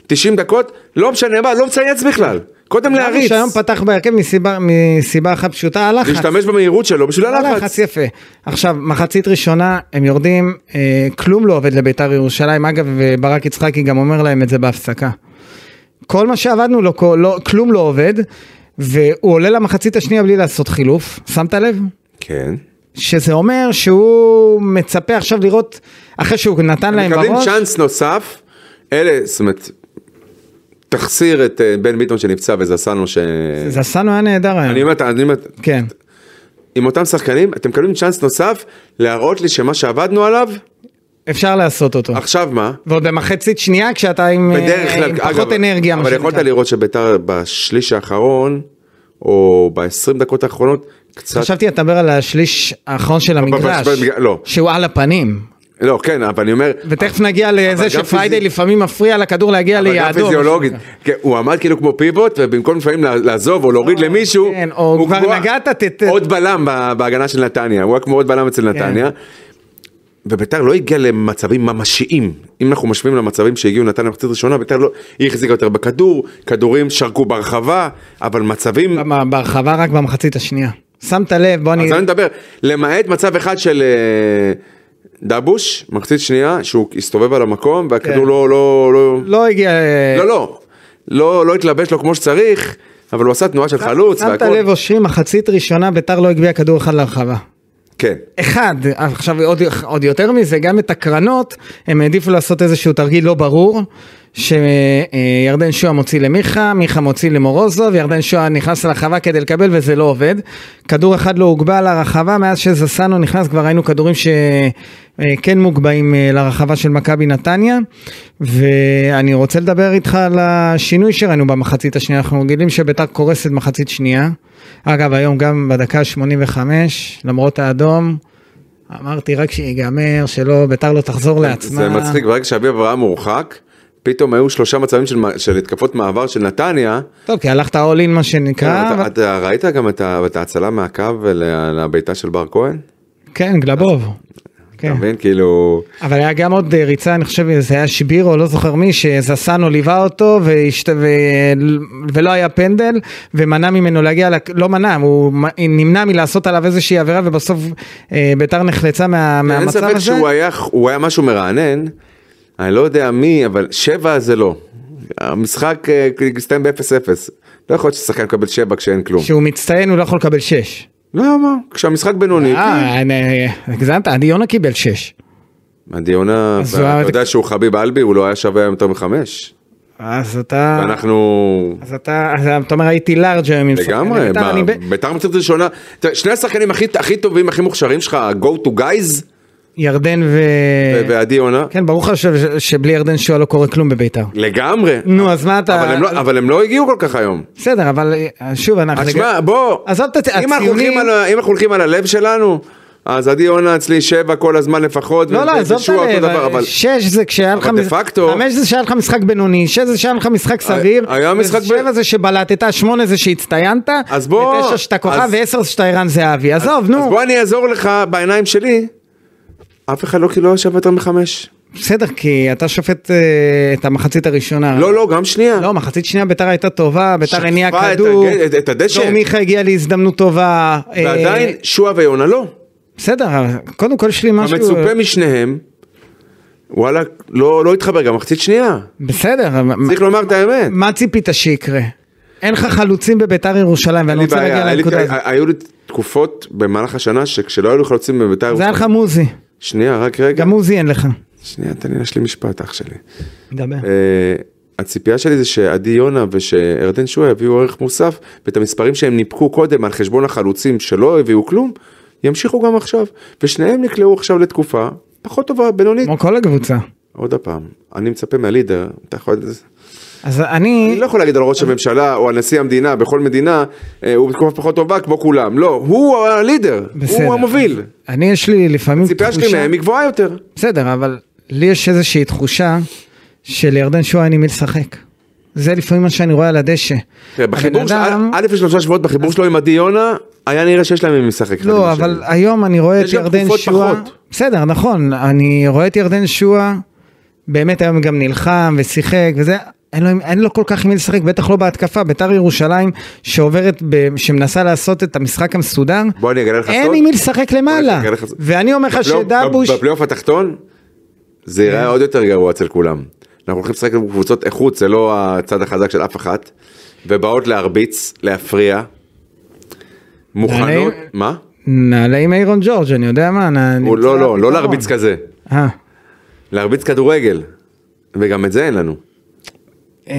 Speaker 3: 90 דקות, לא משנה מה, לא מצייץ בכלל. קודם להריץ.
Speaker 2: דאבוש היום פתח בהרכב מסיבה- מסיבה אחת לא פשוטה, הלחץ.
Speaker 3: להשתמש במהירות שלו בשביל הלחץ.
Speaker 2: הלחץ יפה. עכשיו, מחצית ראשונה, הם יורדים, אה, כלום לא עובד לביתר ירושלים. אגב, אה, ברק יצחקי גם אומר להם את זה בהפסקה. כל מה שעבדנו לו, כל- לא, כלום לא עובד, והוא עולה למחצית השנייה בלי לעשות חילוף. שמת לב?
Speaker 3: כן.
Speaker 2: שזה אומר שהוא מצפה עכשיו לראות, אחרי שהוא נתן להם
Speaker 3: מקבלים
Speaker 2: בראש,
Speaker 3: צ'אנס נוסף, אלה, זאת אומרת, תחסיר את אה, בן ביטון שנפצע וזסנו ש...
Speaker 2: זסנו היה נהדר
Speaker 3: אני
Speaker 2: היום.
Speaker 3: אומר, אני אומר,
Speaker 2: כן.
Speaker 3: עם אותם שחקנים, אתם מקבלים צ'אנס נוסף להראות לי שמה שעבדנו עליו,
Speaker 2: אה, אפשר לעשות אותו.
Speaker 3: עכשיו מה?
Speaker 2: ועוד במחצית שנייה כשאתה עם, אה,
Speaker 3: בדרך כלל,
Speaker 2: עם פחות אנרגיה. מה
Speaker 3: אבל יכולת
Speaker 2: שנקרא.
Speaker 3: לראות שביתר בשליש האחרון, או ב-20 דקות האחרונות, קצת...
Speaker 2: חשבתי אתה מדבר על השליש האחרון של המגרש,
Speaker 3: במגרש, לא.
Speaker 2: שהוא על הפנים.
Speaker 3: לא, כן, אבל אני אומר...
Speaker 2: ותכף נגיע לזה
Speaker 3: גם
Speaker 2: שפריידי
Speaker 3: פיזי-
Speaker 2: לפעמים מפריע לכדור להגיע
Speaker 3: אבל גם
Speaker 2: ליעדו.
Speaker 3: פיזיולוגית, כן, הוא עמד כאילו כמו פיבוט ובמקום לפעמים לה- לעזוב או להוריד למישהו,
Speaker 2: כן, או
Speaker 3: הוא
Speaker 2: כבר
Speaker 3: כמו
Speaker 2: נגעת, ת- כן. ת-
Speaker 3: עוד בלם ב- בהגנה של נתניה, הוא היה כמו עוד בלם אצל נתניה. וביתר לא הגיע למצבים ממשיים, אם אנחנו משווים למצבים שהגיעו נתניה במחצית ראשונה, ביתר לא, היא החזיקה יותר בכדור, כדורים שרקו ברחבה, אבל מצבים,
Speaker 2: למה, בהרחבה רק במחצית השנייה. שמת לב, בוא אני...
Speaker 3: אז אני מדבר, למעט מצב אחד של אה, דבוש, מחצית שנייה, שהוא הסתובב על המקום
Speaker 2: כן.
Speaker 3: והכדור לא, לא, לא,
Speaker 2: לא הגיע...
Speaker 3: לא, לא. לא, לא התלבש לו כמו שצריך, אבל הוא עשה תנועה של חלוץ
Speaker 2: שמת
Speaker 3: והכל.
Speaker 2: לב, אושרי, מחצית ראשונה ביתר לא הגביע כדור אחד להרחבה.
Speaker 3: כן.
Speaker 2: אחד, עכשיו עוד, עוד יותר מזה, גם את הקרנות, הם העדיפו לעשות איזשהו תרגיל לא ברור, שירדן שואה מוציא למיכה, מיכה מוציא למורוזוב, ירדן שואה נכנס לרחבה כדי לקבל וזה לא עובד. כדור אחד לא הוגבה לרחבה, מאז שזסנו נכנס כבר ראינו כדורים שכן מוגבהים אה, לרחבה של מכבי נתניה. ואני רוצה לדבר איתך על השינוי שראינו במחצית השנייה, אנחנו רגילים שביתר קורסת מחצית שנייה. אגב, היום גם בדקה ה-85, למרות האדום, אמרתי רק שיגמר, שלא, ביתר לא תחזור לעצמה.
Speaker 3: זה מצחיק, ברגע שאביב אברהם מורחק, פתאום היו שלושה מצבים של, מ- של התקפות מעבר של נתניה.
Speaker 2: טוב, כי הלכת all in מה
Speaker 3: אתה,
Speaker 2: שנקרא, אבל-
Speaker 3: אה, אתה ראית גם את ה- את ההצלה מהקו ל- לביתה של בר כהן?
Speaker 2: כן, גלבוב. כן.
Speaker 3: אתה מבין? כאילו...
Speaker 2: אבל היה גם עוד אה, ריצה, אני חושב, זה היה שבירו, לא זוכר מי, שזסנו ליווה אותו והשת... ו... ולא היה פנדל, ומנע ממנו להגיע, לק- לא מנע, הוא מ- נמנע מלעשות עליו איזושהי עבירה, ובסוף אה, ביתר נחלצה מה...
Speaker 3: אין
Speaker 2: מהמצב
Speaker 3: ספק
Speaker 2: הזה.
Speaker 3: שהוא היה, הוא היה משהו מרענן, אני לא יודע מי, אבל שבע זה לא. המשחק אה, הסתיים ב-0-0. לא יכול להיות ששחקן מקבל שבע כשאין כלום.
Speaker 2: שהוא מצטיין, הוא לא יכול לקבל 6.
Speaker 3: למה? כשהמשחק בינוני, כן.
Speaker 2: אה, אני- הגזמת, עדי יונה קיבל 6.
Speaker 3: עדי יונה,
Speaker 2: אז הוא
Speaker 3: אתה
Speaker 2: היה-
Speaker 3: יודע שהוא חביב אלבי, הוא לא היה שווה היום יותר מחמש.
Speaker 2: אז אתה...
Speaker 3: ואנחנו...
Speaker 2: אז אתה, אז אתה אומר הייתי לארג' היום עם
Speaker 3: לגמרי,
Speaker 2: בית"ר,
Speaker 3: מה,
Speaker 2: אני ב-
Speaker 3: ביתר מצאת ראשונה, תראה, שני השחקנים הכי- הכי טובים, הכי מוכשרים שלך, ה-go to guys
Speaker 2: ירדן ו...
Speaker 3: ו- ועדי יונה,
Speaker 2: כן, ברור לך ש- שבלי ירדן שואה לא קורה כלום בביתר.
Speaker 3: לגמרי.
Speaker 2: נו, אז מה אתה-
Speaker 3: אבל הם לא- אבל הם לא הגיעו כל כך היום.
Speaker 2: בסדר, אבל אה, שוב, אנחנו...
Speaker 3: אז שמע, בוא,
Speaker 2: עזוב את הצ-
Speaker 3: אם אנחנו
Speaker 2: הציונים-
Speaker 3: הולכים על ה- אם אנחנו הולכים על הלב שלנו, אז עדי יונה אצלי שבע כל הזמן לפחות,
Speaker 2: לא, לא,
Speaker 3: ו-
Speaker 2: עזוב את
Speaker 3: ושועה אה, אותו
Speaker 2: הלב,
Speaker 3: דבר, אבל-
Speaker 2: שש זה כשהיה לך,
Speaker 3: אבל דה פקטו- אה,
Speaker 2: חמש זה שהיה לך משחק בינוני, שש זה שהיה לך משחק סביר,
Speaker 3: היה משחק ב-
Speaker 2: שבע זה שבלטת, שמונה זה שהצטיינת,
Speaker 3: אז בוא-
Speaker 2: ותשע שאתה כוכב,
Speaker 3: אז-
Speaker 2: ועשר שאתה ערן זהבי, עזוב,
Speaker 3: אז
Speaker 2: נו,
Speaker 3: בוא אני אעזור לך בעיניים שלי, אף אחד לא כאילו לא ישב יותר מחמש.
Speaker 2: אה. בסדר, כי אתה שופט אה, את המחצית הראשונה.
Speaker 3: לא, לא, גם שנייה.
Speaker 2: לא, מחצית שנייה ביתר הייתה טובה, ביתר
Speaker 3: שטפה
Speaker 2: הניעה
Speaker 3: את
Speaker 2: כדור,
Speaker 3: הג- את- את הדשא.
Speaker 2: דור מיכה הגיע להזדמנות טובה. אה,
Speaker 3: ועדיין שועה ויונה לא.
Speaker 2: בסדר, קודם כל יש לי משהו...
Speaker 3: המצופה משניהם, וואלה, לא לא התחבר גם מחצית שנייה.
Speaker 2: בסדר, מה-
Speaker 3: צריך לומר את האמת.
Speaker 2: מה ציפית שיקרה? אין לך חלוצים בביתר ירושלים, ואני
Speaker 3: אין לי
Speaker 2: רוצה
Speaker 3: בעיה,
Speaker 2: להגיע
Speaker 3: היה לי-
Speaker 2: לנקודה הזאת.
Speaker 3: היו לי תקופות במהלך השנה שכשלא היו לי חלוצים בביתר
Speaker 2: זה היה לך
Speaker 3: ירושלים-
Speaker 2: מוזי,
Speaker 3: שנייה, רק רגע.
Speaker 2: גם מוזי אין לך.
Speaker 3: שנייה, תן לי להשלים משפט, אח שלי.
Speaker 2: דבר.
Speaker 3: אה, הציפייה שלי זה שעדי יונה ושארדן שואה יביאו ערך מוסף, ואת המספרים שהם ניפקו קודם על חשבון החלוצים שלא הביאו כלום, ימשיכו גם עכשיו. ושניהם נקלעו עכשיו לתקופה פחות טובה, בינונית.
Speaker 2: כמו כל הקבוצה.
Speaker 3: עוד פעם, אני מצפה מהלידר, אתה יכול...
Speaker 2: אז אני...
Speaker 3: אני לא יכול להגיד על ראש הממשלה או על נשיא המדינה בכל מדינה, אה, הוא בתקופה פחות טובה כמו כולם. לא, הוא הלידר,
Speaker 2: בסדר.
Speaker 3: הוא המוביל.
Speaker 2: אני יש לי לפעמים
Speaker 3: הציפייה שלי מהם היא גבוהה יותר.
Speaker 2: בסדר, אבל לי יש איזושהי תחושה שלירדן שואה אין עם מי לשחק. זה לפעמים מה שאני רואה על הדשא.
Speaker 3: תראה, כן, בחיבור אה,
Speaker 2: הבן
Speaker 3: של
Speaker 2: אדם-
Speaker 3: א' לשלושה שבועות בחיבור שלו עם עדי יונה, היה נראה שיש להם עם מי לשחק. אחד עם
Speaker 2: לא,
Speaker 3: השני.
Speaker 2: אבל היום אני רואה את
Speaker 3: יש גם
Speaker 2: ירדן
Speaker 3: תקופות
Speaker 2: שועה.
Speaker 3: פחות.
Speaker 2: בסדר, נכון. אני רואה את ירדן שועה, באמת היום גם נלחם ושיחק וזה. אין לו, אין לו כל כך עם מי לשחק, בטח לא בהתקפה. ביתר ירושלים שעוברת, ב, שמנסה לעשות את המשחק המסודר,
Speaker 3: בוא אני אגלה לך
Speaker 2: אין
Speaker 3: סוד.
Speaker 2: עם מי לשחק למעלה.
Speaker 3: אגלה לך סוד. לא,
Speaker 2: ואני אומר לך
Speaker 3: בפלייאוף-
Speaker 2: שדבוש,
Speaker 3: בפלייאוף התחתון, זה יראה עוד יותר גרוע אצל כולם. אנחנו הולכים לשחק עם קבוצות איכות, זה לא הצד החזק של אף אחת, ובאות להרביץ, להפריע. מוכנות,
Speaker 2: נעלה-
Speaker 3: מה?
Speaker 2: נעלה עם אירון ג'ורג', אני יודע מה. נ-
Speaker 3: הוא
Speaker 2: נמצא
Speaker 3: לא, לא, לא
Speaker 2: הפתרון.
Speaker 3: להרביץ כזה,
Speaker 2: אה.
Speaker 3: להרביץ כדורגל. וגם את זה אין לנו.
Speaker 2: אמ,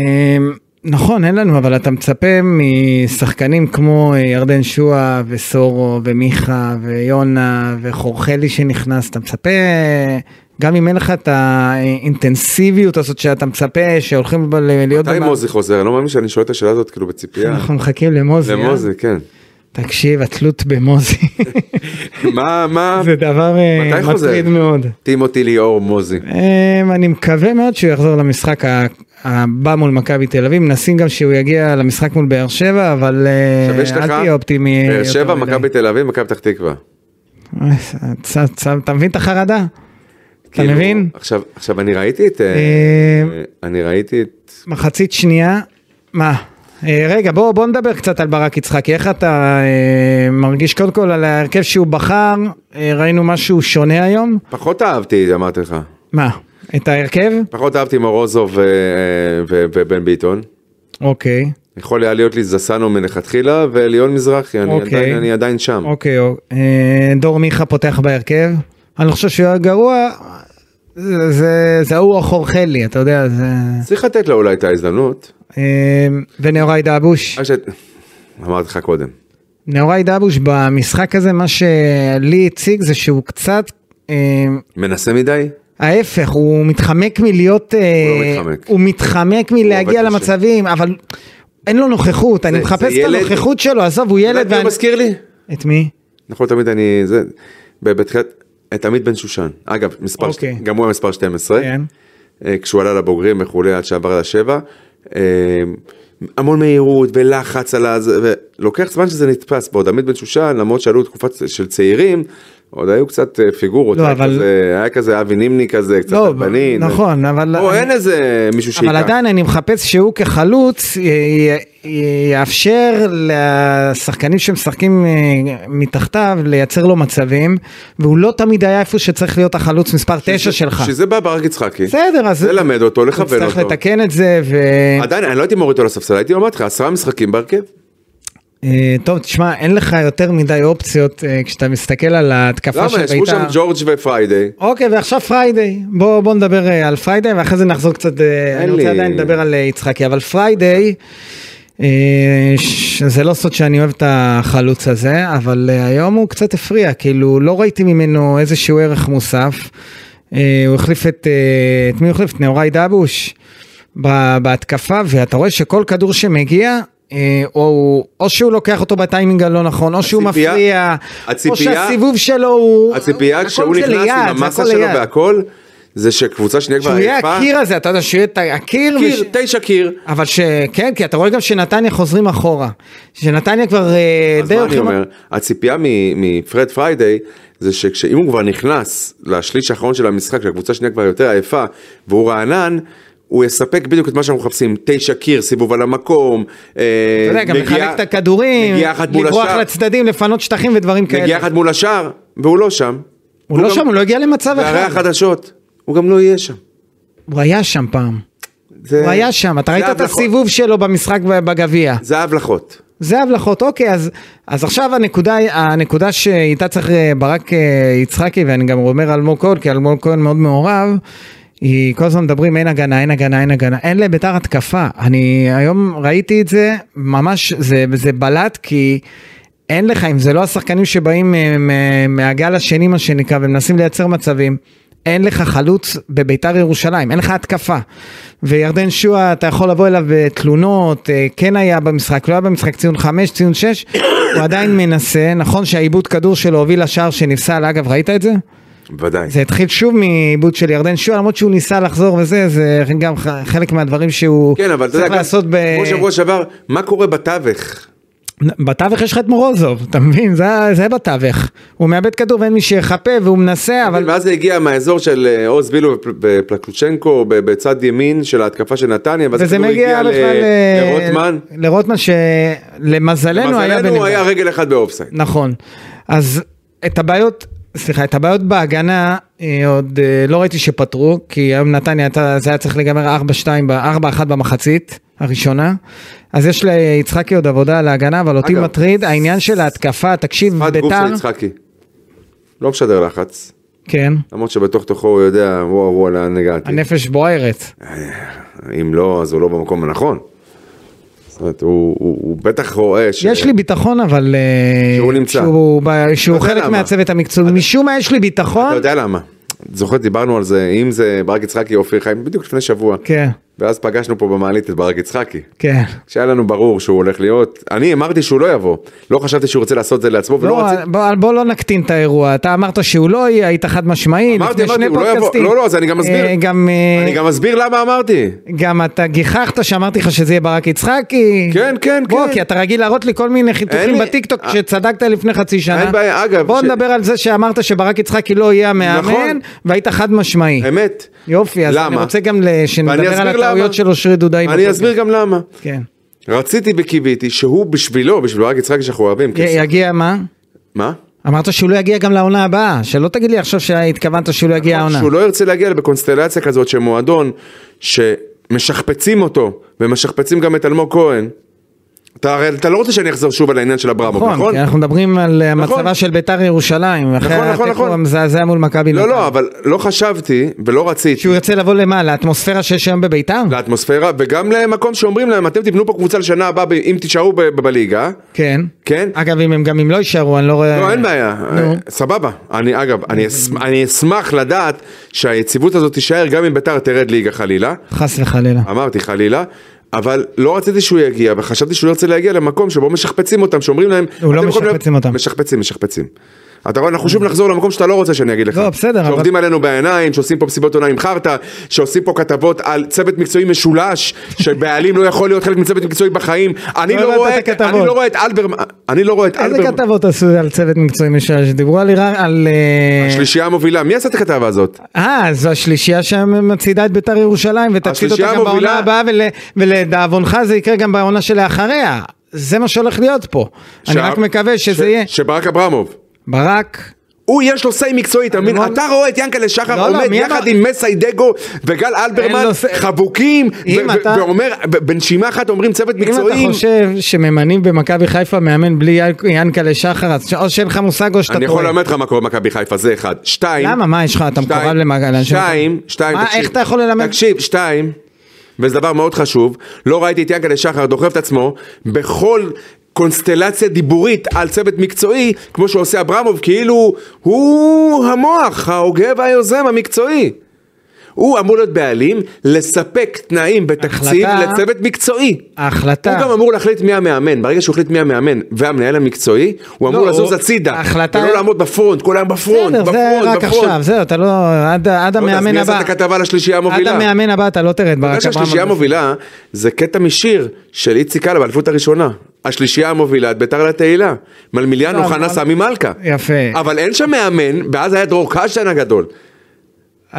Speaker 2: נכון, אין לנו, אבל אתה מצפה משחקנים כמו אה, ירדן שואה וסורו ומיכה ויונה וחורחלי שנכנס, אתה מצפה, גם אם אין לך את האינטנסיביות הזאת שאתה מצפה שהולכים ב- ל- להיות...
Speaker 3: מתי
Speaker 2: במע-
Speaker 3: מוזי חוזר? אני לא מאמין שאני שואל את השאלה הזאת כאילו בציפייה.
Speaker 2: אנחנו מחכים למוזי. אה?
Speaker 3: למוזי,
Speaker 2: [laughs]
Speaker 3: כן.
Speaker 2: תקשיב, התלות במוזי
Speaker 3: [laughs] מה, מה,
Speaker 2: זה דבר אה,
Speaker 3: מתי חוזר?
Speaker 2: מטריד מאוד.
Speaker 3: טימותי ליאור מוזי.
Speaker 2: אמ, אני מקווה מאוד שהוא יחזור למשחק ה- הבא מול מכבי תל אביב, מנסים גם שהוא יגיע למשחק מול באר שבע, אבל אה,
Speaker 3: עכשיו יש לך,
Speaker 2: אל תהיה אופטימי.
Speaker 3: באר
Speaker 2: יותר
Speaker 3: אה, שבע,
Speaker 2: מדי.
Speaker 3: מכבי תל אביב, מכבי פתח תקווה.
Speaker 2: אה, צ- צ- אתה מבין את החרדה? אתה
Speaker 3: כאילו,
Speaker 2: מבין?
Speaker 3: עכשיו, עכשיו אני ראיתי את... אה,
Speaker 2: אה,
Speaker 3: אה, אני ראיתי את...
Speaker 2: מחצית שנייה, מה? אה, רגע, בוא, בוא נדבר קצת על ברק יצחקי, איך אתה אה, מרגיש קודם כל על ההרכב שהוא בחר, אה, ראינו משהו שונה היום?
Speaker 3: פחות אהבתי, אמרתי לך.
Speaker 2: מה? את ההרכב?
Speaker 3: פחות אהבתי מורוזוב אה, אה, ו- ובן ביטון.
Speaker 2: אוקיי,
Speaker 3: יכול היה להיות לי זסנו מלכתחילה וליון מזרחי, אני,
Speaker 2: אוקיי.
Speaker 3: עדיין, אני עדיין שם.
Speaker 2: אוקיי, אוק- אה, דור מיכה פותח בהרכב, אני לא חושב שהוא היה גרוע, זה- זה- זה ההוא החורחלי, אתה יודע, זה...
Speaker 3: צריך לתת לו אולי את ההזדמנות.
Speaker 2: אה, ונאורי דאבוש.
Speaker 3: רק ש- אמרתי לך קודם.
Speaker 2: נאורי דבוש במשחק הזה מה שלי הציג זה שהוא קצת אה,
Speaker 3: מנסה מדי?
Speaker 2: ההפך הוא מתחמק מלהיות אה,
Speaker 3: הוא לא מתחמק.
Speaker 2: הוא מתחמק
Speaker 3: עובד
Speaker 2: מלהגיע
Speaker 3: קשה.
Speaker 2: למצבים אבל אין לו נוכחות אני
Speaker 3: זה
Speaker 2: מחפש את
Speaker 3: ילד- לא
Speaker 2: הנוכחות שלו עזוב הוא
Speaker 3: אתה יודע
Speaker 2: ילד
Speaker 3: את מי הוא
Speaker 2: ואני-
Speaker 3: מזכיר לי?
Speaker 2: את מי?
Speaker 3: נכון, תמיד אני... זה... ב- בתחילת... את עמית בן שושן. אגב, מספר...
Speaker 2: אוקיי.
Speaker 3: שת- גם הוא היה מספר 12.
Speaker 2: כן.
Speaker 3: אה, כשהוא עלה לבוגרים וכולי, עד שעבר לשבע. אה, המון מהירות ולחץ על ה... זה, ולוקח זמן שזה נתפס. בעוד עמית בן שושן, למרות שעלו תקופה צ- של צעירים, עוד היו קצת אה, פיגורות,
Speaker 2: לא,
Speaker 3: היה,
Speaker 2: אבל-
Speaker 3: כזה, היה כזה אבי נימני כזה, קצת
Speaker 2: לא,
Speaker 3: לבנין.
Speaker 2: נכון, אבל-
Speaker 3: פה אין איזה מישהו שייקח.
Speaker 2: אבל עדיין אני מחפש שהוא כחלוץ י- י- י- יאפשר לשחקנים שמשחקים אה, מתחתיו לייצר לו מצבים, והוא לא תמיד היה איפה שצריך להיות החלוץ מספר 9 שלך.
Speaker 3: שזה בא ברק יצחקי.
Speaker 2: בסדר, אז...
Speaker 3: ללמד אותו, לכוון אותו.
Speaker 2: צריך לתקן את זה, ו...
Speaker 3: עדיין, אני לא הייתי מוריד אותו לספסל, הייתי אומר לך, עשרה משחקים בהרכב.
Speaker 2: אה, טוב, תשמע, אין לך יותר מדי אופציות אה, כשאתה מסתכל על ההתקפה של
Speaker 3: למה?
Speaker 2: בית"ר.
Speaker 3: ישבו שם ג'ורג' ופריידי.
Speaker 2: אוקיי, ועכשיו פריידיי. בוא, בוא נדבר אה, על פריידיי, ואחרי זה נחזור קצת, אה, אני
Speaker 3: לי.
Speaker 2: רוצה עדיין לדבר על אה, יצחקי, אבל פריידיי, אה, ש- זה לא סוד שאני אוהב את החלוץ הזה, אבל אה, היום הוא קצת הפריע, כאילו, לא ראיתי ממנו איזשהו ערך מוסף. אה, הוא החליף את, אה, את מי הוא החליף? את נאורי דבוש ב- בהתקפה, ואתה רואה שכל כדור שמגיע... אה, או, או שהוא לוקח אותו בטיימינג הלא נכון, או שהוא
Speaker 3: הציפייה-
Speaker 2: מפריע, או
Speaker 3: הציפייה-
Speaker 2: שהסיבוב שלו הוא...
Speaker 3: הציפייה
Speaker 2: הכל
Speaker 3: כשהוא
Speaker 2: זה
Speaker 3: נכנס
Speaker 2: ליד,
Speaker 3: עם
Speaker 2: זה
Speaker 3: המסה
Speaker 2: הכל
Speaker 3: שלו
Speaker 2: ליד.
Speaker 3: והכל, זה שקבוצה שנייה כבר
Speaker 2: שהוא יהיה הקיר הזה, אתה יודע, שהוא יהיה את הקיר.
Speaker 3: קיר,
Speaker 2: וש-
Speaker 3: תשע קיר.
Speaker 2: אבל שכן, כי אתה רואה גם שנתניה חוזרים אחורה. שנתניה כבר אה,
Speaker 3: אז
Speaker 2: די
Speaker 3: מה אני
Speaker 2: הולכים...
Speaker 3: אומר? הציפייה מ- מפרד פריידי זה שאם הוא כבר נכנס לשליש האחרון של המשחק, שהקבוצה השנייה כבר יותר עייפה, והוא רענן, הוא יספק בדיוק את מה שאנחנו מחפשים, תשע קיר, סיבוב על המקום, אתה
Speaker 2: אתה
Speaker 3: אה,
Speaker 2: יודע, גם לחלק את הכדורים,
Speaker 3: נגיעה אחת מול
Speaker 2: לברוח
Speaker 3: השער,
Speaker 2: לצדדים, לפנות שטחים ודברים
Speaker 3: נגיעה
Speaker 2: כאלה.
Speaker 3: אחת מול השער, והוא לא שם.
Speaker 2: הוא לא
Speaker 3: גם-
Speaker 2: שם, הוא לא הגיע למצב
Speaker 3: והרי
Speaker 2: אחד.
Speaker 3: החדשות, הוא גם לא יהיה שם.
Speaker 2: הוא היה שם פעם.
Speaker 3: זה-
Speaker 2: הוא היה שם, אתה
Speaker 3: זה נכון.
Speaker 2: ראית את
Speaker 3: הבלחות.
Speaker 2: הסיבוב שלו במשחק בגביע.
Speaker 3: זה ההבלחות.
Speaker 2: זה הבלחות, אוקיי, אז, אז עכשיו הנקודה, הנקודה שאיתה צריך אה, ברק אה, יצחקי, ואני גם אומר אלמוג כהן, כי אלמוג כהן מאוד מעורב, היא כל הזמן מדברים אין הגנה, אין הגנה, אין הגנה, אין לביתר התקפה. אני היום ראיתי את זה, ממש, זה, זה בלט, כי אין לך, אם זה לא השחקנים שבאים אה, מ- מהגל השני, מה שנקרא, ומנסים לייצר מצבים. אין לך חלוץ בביתר ירושלים, אין לך התקפה. וירדן שועה, אתה יכול לבוא אליו בתלונות, אה, כן היה במשחק, לא היה במשחק, ציון 5, ציון 6, [coughs] הוא עדיין מנסה, נכון שהעיבוד כדור שלו הוביל לשער שנפסל, אגב, ראית את זה?
Speaker 3: בוודאי.
Speaker 2: זה התחיל שוב מעיבוד של ירדן שועה, למרות שהוא ניסה לחזור וזה, זה גם ח- חלק מהדברים שהוא
Speaker 3: כן, אבל אתה
Speaker 2: צריך
Speaker 3: יודע, גם-
Speaker 2: לעשות ב...
Speaker 3: כמו שבוע שעבר, מה קורה בתווך?
Speaker 2: בתווך יש לך את מורוזוב, אתה מבין? זה, זה בתווך. הוא מאבד כדור ואין מי שיחפה והוא מנסה, אבל...
Speaker 3: ואז זה הגיע מהאזור של אה, עוז בילו ופל- ופלקוצ'נקו ב- בצד ימין של ההתקפה של נתניה, ואז
Speaker 2: וזה
Speaker 3: הכדור
Speaker 2: מגיע
Speaker 3: הגיע ל-
Speaker 2: בכלל ל-
Speaker 3: לרוטמן.
Speaker 2: לרוטמן שלמזלנו היה
Speaker 3: למזלנו הוא היה
Speaker 2: בנבדל.
Speaker 3: רגל אחד באופסייד.
Speaker 2: נכון. אז את הבעיות, סליחה, את הבעיות בהגנה אה, עוד אה, לא ראיתי שפתרו, כי היום נתניה הייתה- זה היה צריך להיגמר 4-2, ב- 4-1 במחצית הראשונה. אז יש ליצחקי עוד עבודה על ההגנה, אבל אותי
Speaker 3: אגב,
Speaker 2: מטריד העניין של ההתקפה, תקשיב,
Speaker 3: שפת גוף
Speaker 2: ביתר,
Speaker 3: של יצחקי. לא משדר לחץ,
Speaker 2: כן,
Speaker 3: למרות שבתוך תוכו הוא יודע, וואו וואו לאן הגעתי.
Speaker 2: הנפש בוערת.
Speaker 3: אם לא, אז הוא לא במקום הנכון. זאת אומרת, הוא- הוא הוא בטח רואה ש...
Speaker 2: יש לי ביטחון אבל... אה,
Speaker 3: שהוא נמצא.
Speaker 2: שהוא ב- שהוא
Speaker 3: אתה יודע
Speaker 2: חלק
Speaker 3: למה.
Speaker 2: מהצוות המקצועי, משום מה יש לי
Speaker 3: אתה
Speaker 2: ביטחון.
Speaker 3: יודע למה. זוכר, דיברנו על זה, אם זה ברק יצחקי או אופיר חיים, בדיוק לפני שבוע.
Speaker 2: כן,
Speaker 3: ואז פגשנו פה במעלית את ברק יצחקי.
Speaker 2: כן.
Speaker 3: כשהיה לנו ברור שהוא הולך להיות, אני אמרתי שהוא לא יבוא, לא חשבתי שהוא רוצה לעשות את זה לעצמו, ולא
Speaker 2: לא,
Speaker 3: רציתי,
Speaker 2: בוא, בוא לא נקטין את האירוע, אתה אמרת שהוא לא יהיה, היית חד משמעי,
Speaker 3: אמרתי,
Speaker 2: לפני
Speaker 3: אמרתי,
Speaker 2: שני
Speaker 3: הוא לא יבוא.
Speaker 2: פודקאסטים.
Speaker 3: לא, לא, אז אני גם אסביר.
Speaker 2: אה, גם, אה,
Speaker 3: אני גם אסביר למה אמרתי.
Speaker 2: גם אתה גיחכת שאמרתי לך שזה יהיה ברק יצחקי.
Speaker 3: כן, כן,
Speaker 2: בוא,
Speaker 3: כן.
Speaker 2: כי אתה רגיל להראות לי כל מיני חיתוכים
Speaker 3: לי-
Speaker 2: בטיקטוק
Speaker 3: אה,
Speaker 2: שצדקת לפני חצי שנה.
Speaker 3: אין בעיה, אגב,
Speaker 2: בוא
Speaker 3: ש-
Speaker 2: נדבר על זה שאמרת שברק יצחקי לא יהיה המאמן,
Speaker 3: נכון.
Speaker 2: והיית חד משמעי.
Speaker 3: אמת.
Speaker 2: יופי, אז
Speaker 3: למה?
Speaker 2: אני רוצה גם ל-
Speaker 3: ואני
Speaker 2: שנדבר
Speaker 3: אסביר
Speaker 2: אה, על
Speaker 3: למה.
Speaker 2: הטעויות של אושרי דודאי.
Speaker 3: אני
Speaker 2: בפודקאסט.
Speaker 3: אסביר גם למה.
Speaker 2: כן.
Speaker 3: רציתי וקיוויתי שהוא בשבילו, בשביל ברק יצחקי שאנחנו אוהבים. כי-
Speaker 2: י- יגיע מה?
Speaker 3: מה?
Speaker 2: אמרת שהוא לא יגיע גם לעונה הבאה, שלא תגיד לי עכשיו שהתכוונת שהוא לא יגיע העונה.
Speaker 3: שהוא לא ירצה להגיע בקונסטלציה כזאת של מועדון, שמשכפצים אותו, ומשכפצים גם את אלמוג כהן. אתה הרי- אתה לא רוצה שאני אחזור שוב על העניין של אברמוב,
Speaker 2: נכון,
Speaker 3: נכון?
Speaker 2: כי אנחנו מדברים על אה,
Speaker 3: נכון.
Speaker 2: מצבה של ביתר ירושלים, אחרי
Speaker 3: נכון, נכון,
Speaker 2: התיקו
Speaker 3: נכון.
Speaker 2: המזעזע מול מכבי
Speaker 3: לא,
Speaker 2: נתניה.
Speaker 3: לא, אבל לא חשבתי ולא רציתי.
Speaker 2: שהוא ירצה לבוא למה, לאטמוספירה שיש היום בביתר?
Speaker 3: לא. לאטמוספירה, וגם למקום שאומרים להם, אתם תבנו פה קבוצה לשנה הבאה ב- אם תישארו ב- ב- בליגה,
Speaker 2: כן.
Speaker 3: כן?
Speaker 2: אגב, אם הם גם אם לא יישארו, אני לא רואה...
Speaker 3: לא, אין בעיה,
Speaker 2: נו.
Speaker 3: אה, סבבה. אני, אגב, אני אס- אני אשמח לדעת שהיציבות הזאת תישאר גם אם ביתר תרד ליגה חלילה,
Speaker 2: חס וחלילה.
Speaker 3: אמרתי חלילה, אבל לא רציתי שהוא לא יגיע, וחשבתי שהוא ירצה להגיע למקום שבו משכפצים אותם, שאומרים להם...
Speaker 2: הוא לא
Speaker 3: "אתם יכולים-
Speaker 2: משכפצים אותם." Mm.
Speaker 3: משכפצים, משכפצים. אתה רואה, אנחנו שוב נחזור למקום שאתה לא רוצה שאני אגיד לך.
Speaker 2: לא, בסדר, אבל-
Speaker 3: שעובדים עלינו בעיניים, שעושים פה מסיבות עונאים חרטא, שעושים פה כתבות על צוות מקצועי משולש, שבעלים לא יכול להיות חלק מצוות מקצועי בחיים. אני
Speaker 2: לא
Speaker 3: לא
Speaker 2: הבנת
Speaker 3: רואה
Speaker 2: את
Speaker 3: את- אני
Speaker 2: הכתבות.
Speaker 3: לא רואה את אלברמן, אני לא רואה את
Speaker 2: איזה
Speaker 3: אלברמן.
Speaker 2: כתבות עשו על צוות מקצועי משל שדיברו על איראן, על... אה,
Speaker 3: השלישייה המובילה, מי עשה את הכתבה הזאת?
Speaker 2: אה, זו השלישייה שמצידה את ביתר ירושלים ותפסיד אותה
Speaker 3: השלישייה
Speaker 2: גם
Speaker 3: המובילה-
Speaker 2: בעונה הבאה ול- ולדאבונך זה יקרה גם בעונה שלאחריה. זה מה שהולך להיות פה. אני
Speaker 3: שה-
Speaker 2: רק מקווה
Speaker 3: ש-
Speaker 2: שזה יהיה.
Speaker 3: שברק אברמוב.
Speaker 2: ברק,
Speaker 3: הוא יש לו סיי מקצועי, אתה מבין?
Speaker 2: לא-
Speaker 3: אתה רואה את ינקלה שחר
Speaker 2: לא, לא,
Speaker 3: עומד
Speaker 2: מי
Speaker 3: יחד
Speaker 2: אמר-
Speaker 3: עם מסיידגו וגל אלברמן,
Speaker 2: לו ס-
Speaker 3: חבוקים, ו-
Speaker 2: אם
Speaker 3: ו-
Speaker 2: אתה-
Speaker 3: ואומר, ב- בנשימה אחת אומרים צוות מקצועי.
Speaker 2: אם אתה חושב שממנים במכבי חיפה מאמן בלי ינק- ינקלה שחר, אז או שאין לך מושג או שאתה טועה.
Speaker 3: אני יכול ללמד לך מה קורה במכבי חיפה, זה אחד. שתיים.
Speaker 2: למה? מה יש לך? אתה
Speaker 3: שתיים,
Speaker 2: מקורב למעגל אנשים?
Speaker 3: שתיים, שתיים,
Speaker 2: מה,
Speaker 3: תקשיב.
Speaker 2: איך אתה יכול ללמד?
Speaker 3: תקשיב, שתיים, וזה דבר מאוד חשוב, לא ראיתי את ינקלה שחר דוחף את עצמו בכל... קונסטלציה דיבורית על צוות מקצועי, כמו שעושה אברמוב, כאילו הוא המוח, ההוגה והיוזם המקצועי. הוא אמור להיות בעלים, לספק תנאים בתקציב
Speaker 2: החלטה-
Speaker 3: לצוות מקצועי.
Speaker 2: ההחלטה.
Speaker 3: הוא גם אמור להחליט מי המאמן, ברגע שהוא החליט מי המאמן והמנהל המקצועי, הוא אמור
Speaker 2: לא,
Speaker 3: לזוז
Speaker 2: הוא-
Speaker 3: הצידה,
Speaker 2: ההחלטה-
Speaker 3: ולא לעמוד בפרונט, כל היום בפרונט,
Speaker 2: בסדר,
Speaker 3: בפרונט,
Speaker 2: זה רק
Speaker 3: בפרונט.
Speaker 2: עכשיו, זהו, אתה לא... עד- עד
Speaker 3: לא יודע, אז
Speaker 2: המאמן
Speaker 3: מי עשה
Speaker 2: הבא.
Speaker 3: את הכתבה על השלישייה
Speaker 2: עד
Speaker 3: המובילה?
Speaker 2: המאמן הבא אתה לא תראה את ברק
Speaker 3: בגלל שהשלישייה
Speaker 2: אברהם.
Speaker 3: המובילה זה קטע משיר של איציק קאלה באליפות הראשונה. השלישייה המובילה את ביתר לתהילה. מלמיליאן
Speaker 2: לא,
Speaker 3: אוחנה
Speaker 2: אבל- אה.
Speaker 3: סמי מלכה.
Speaker 2: יפה.
Speaker 3: אבל אין שם מאמן, ואז היה דרור קשטן הגדול.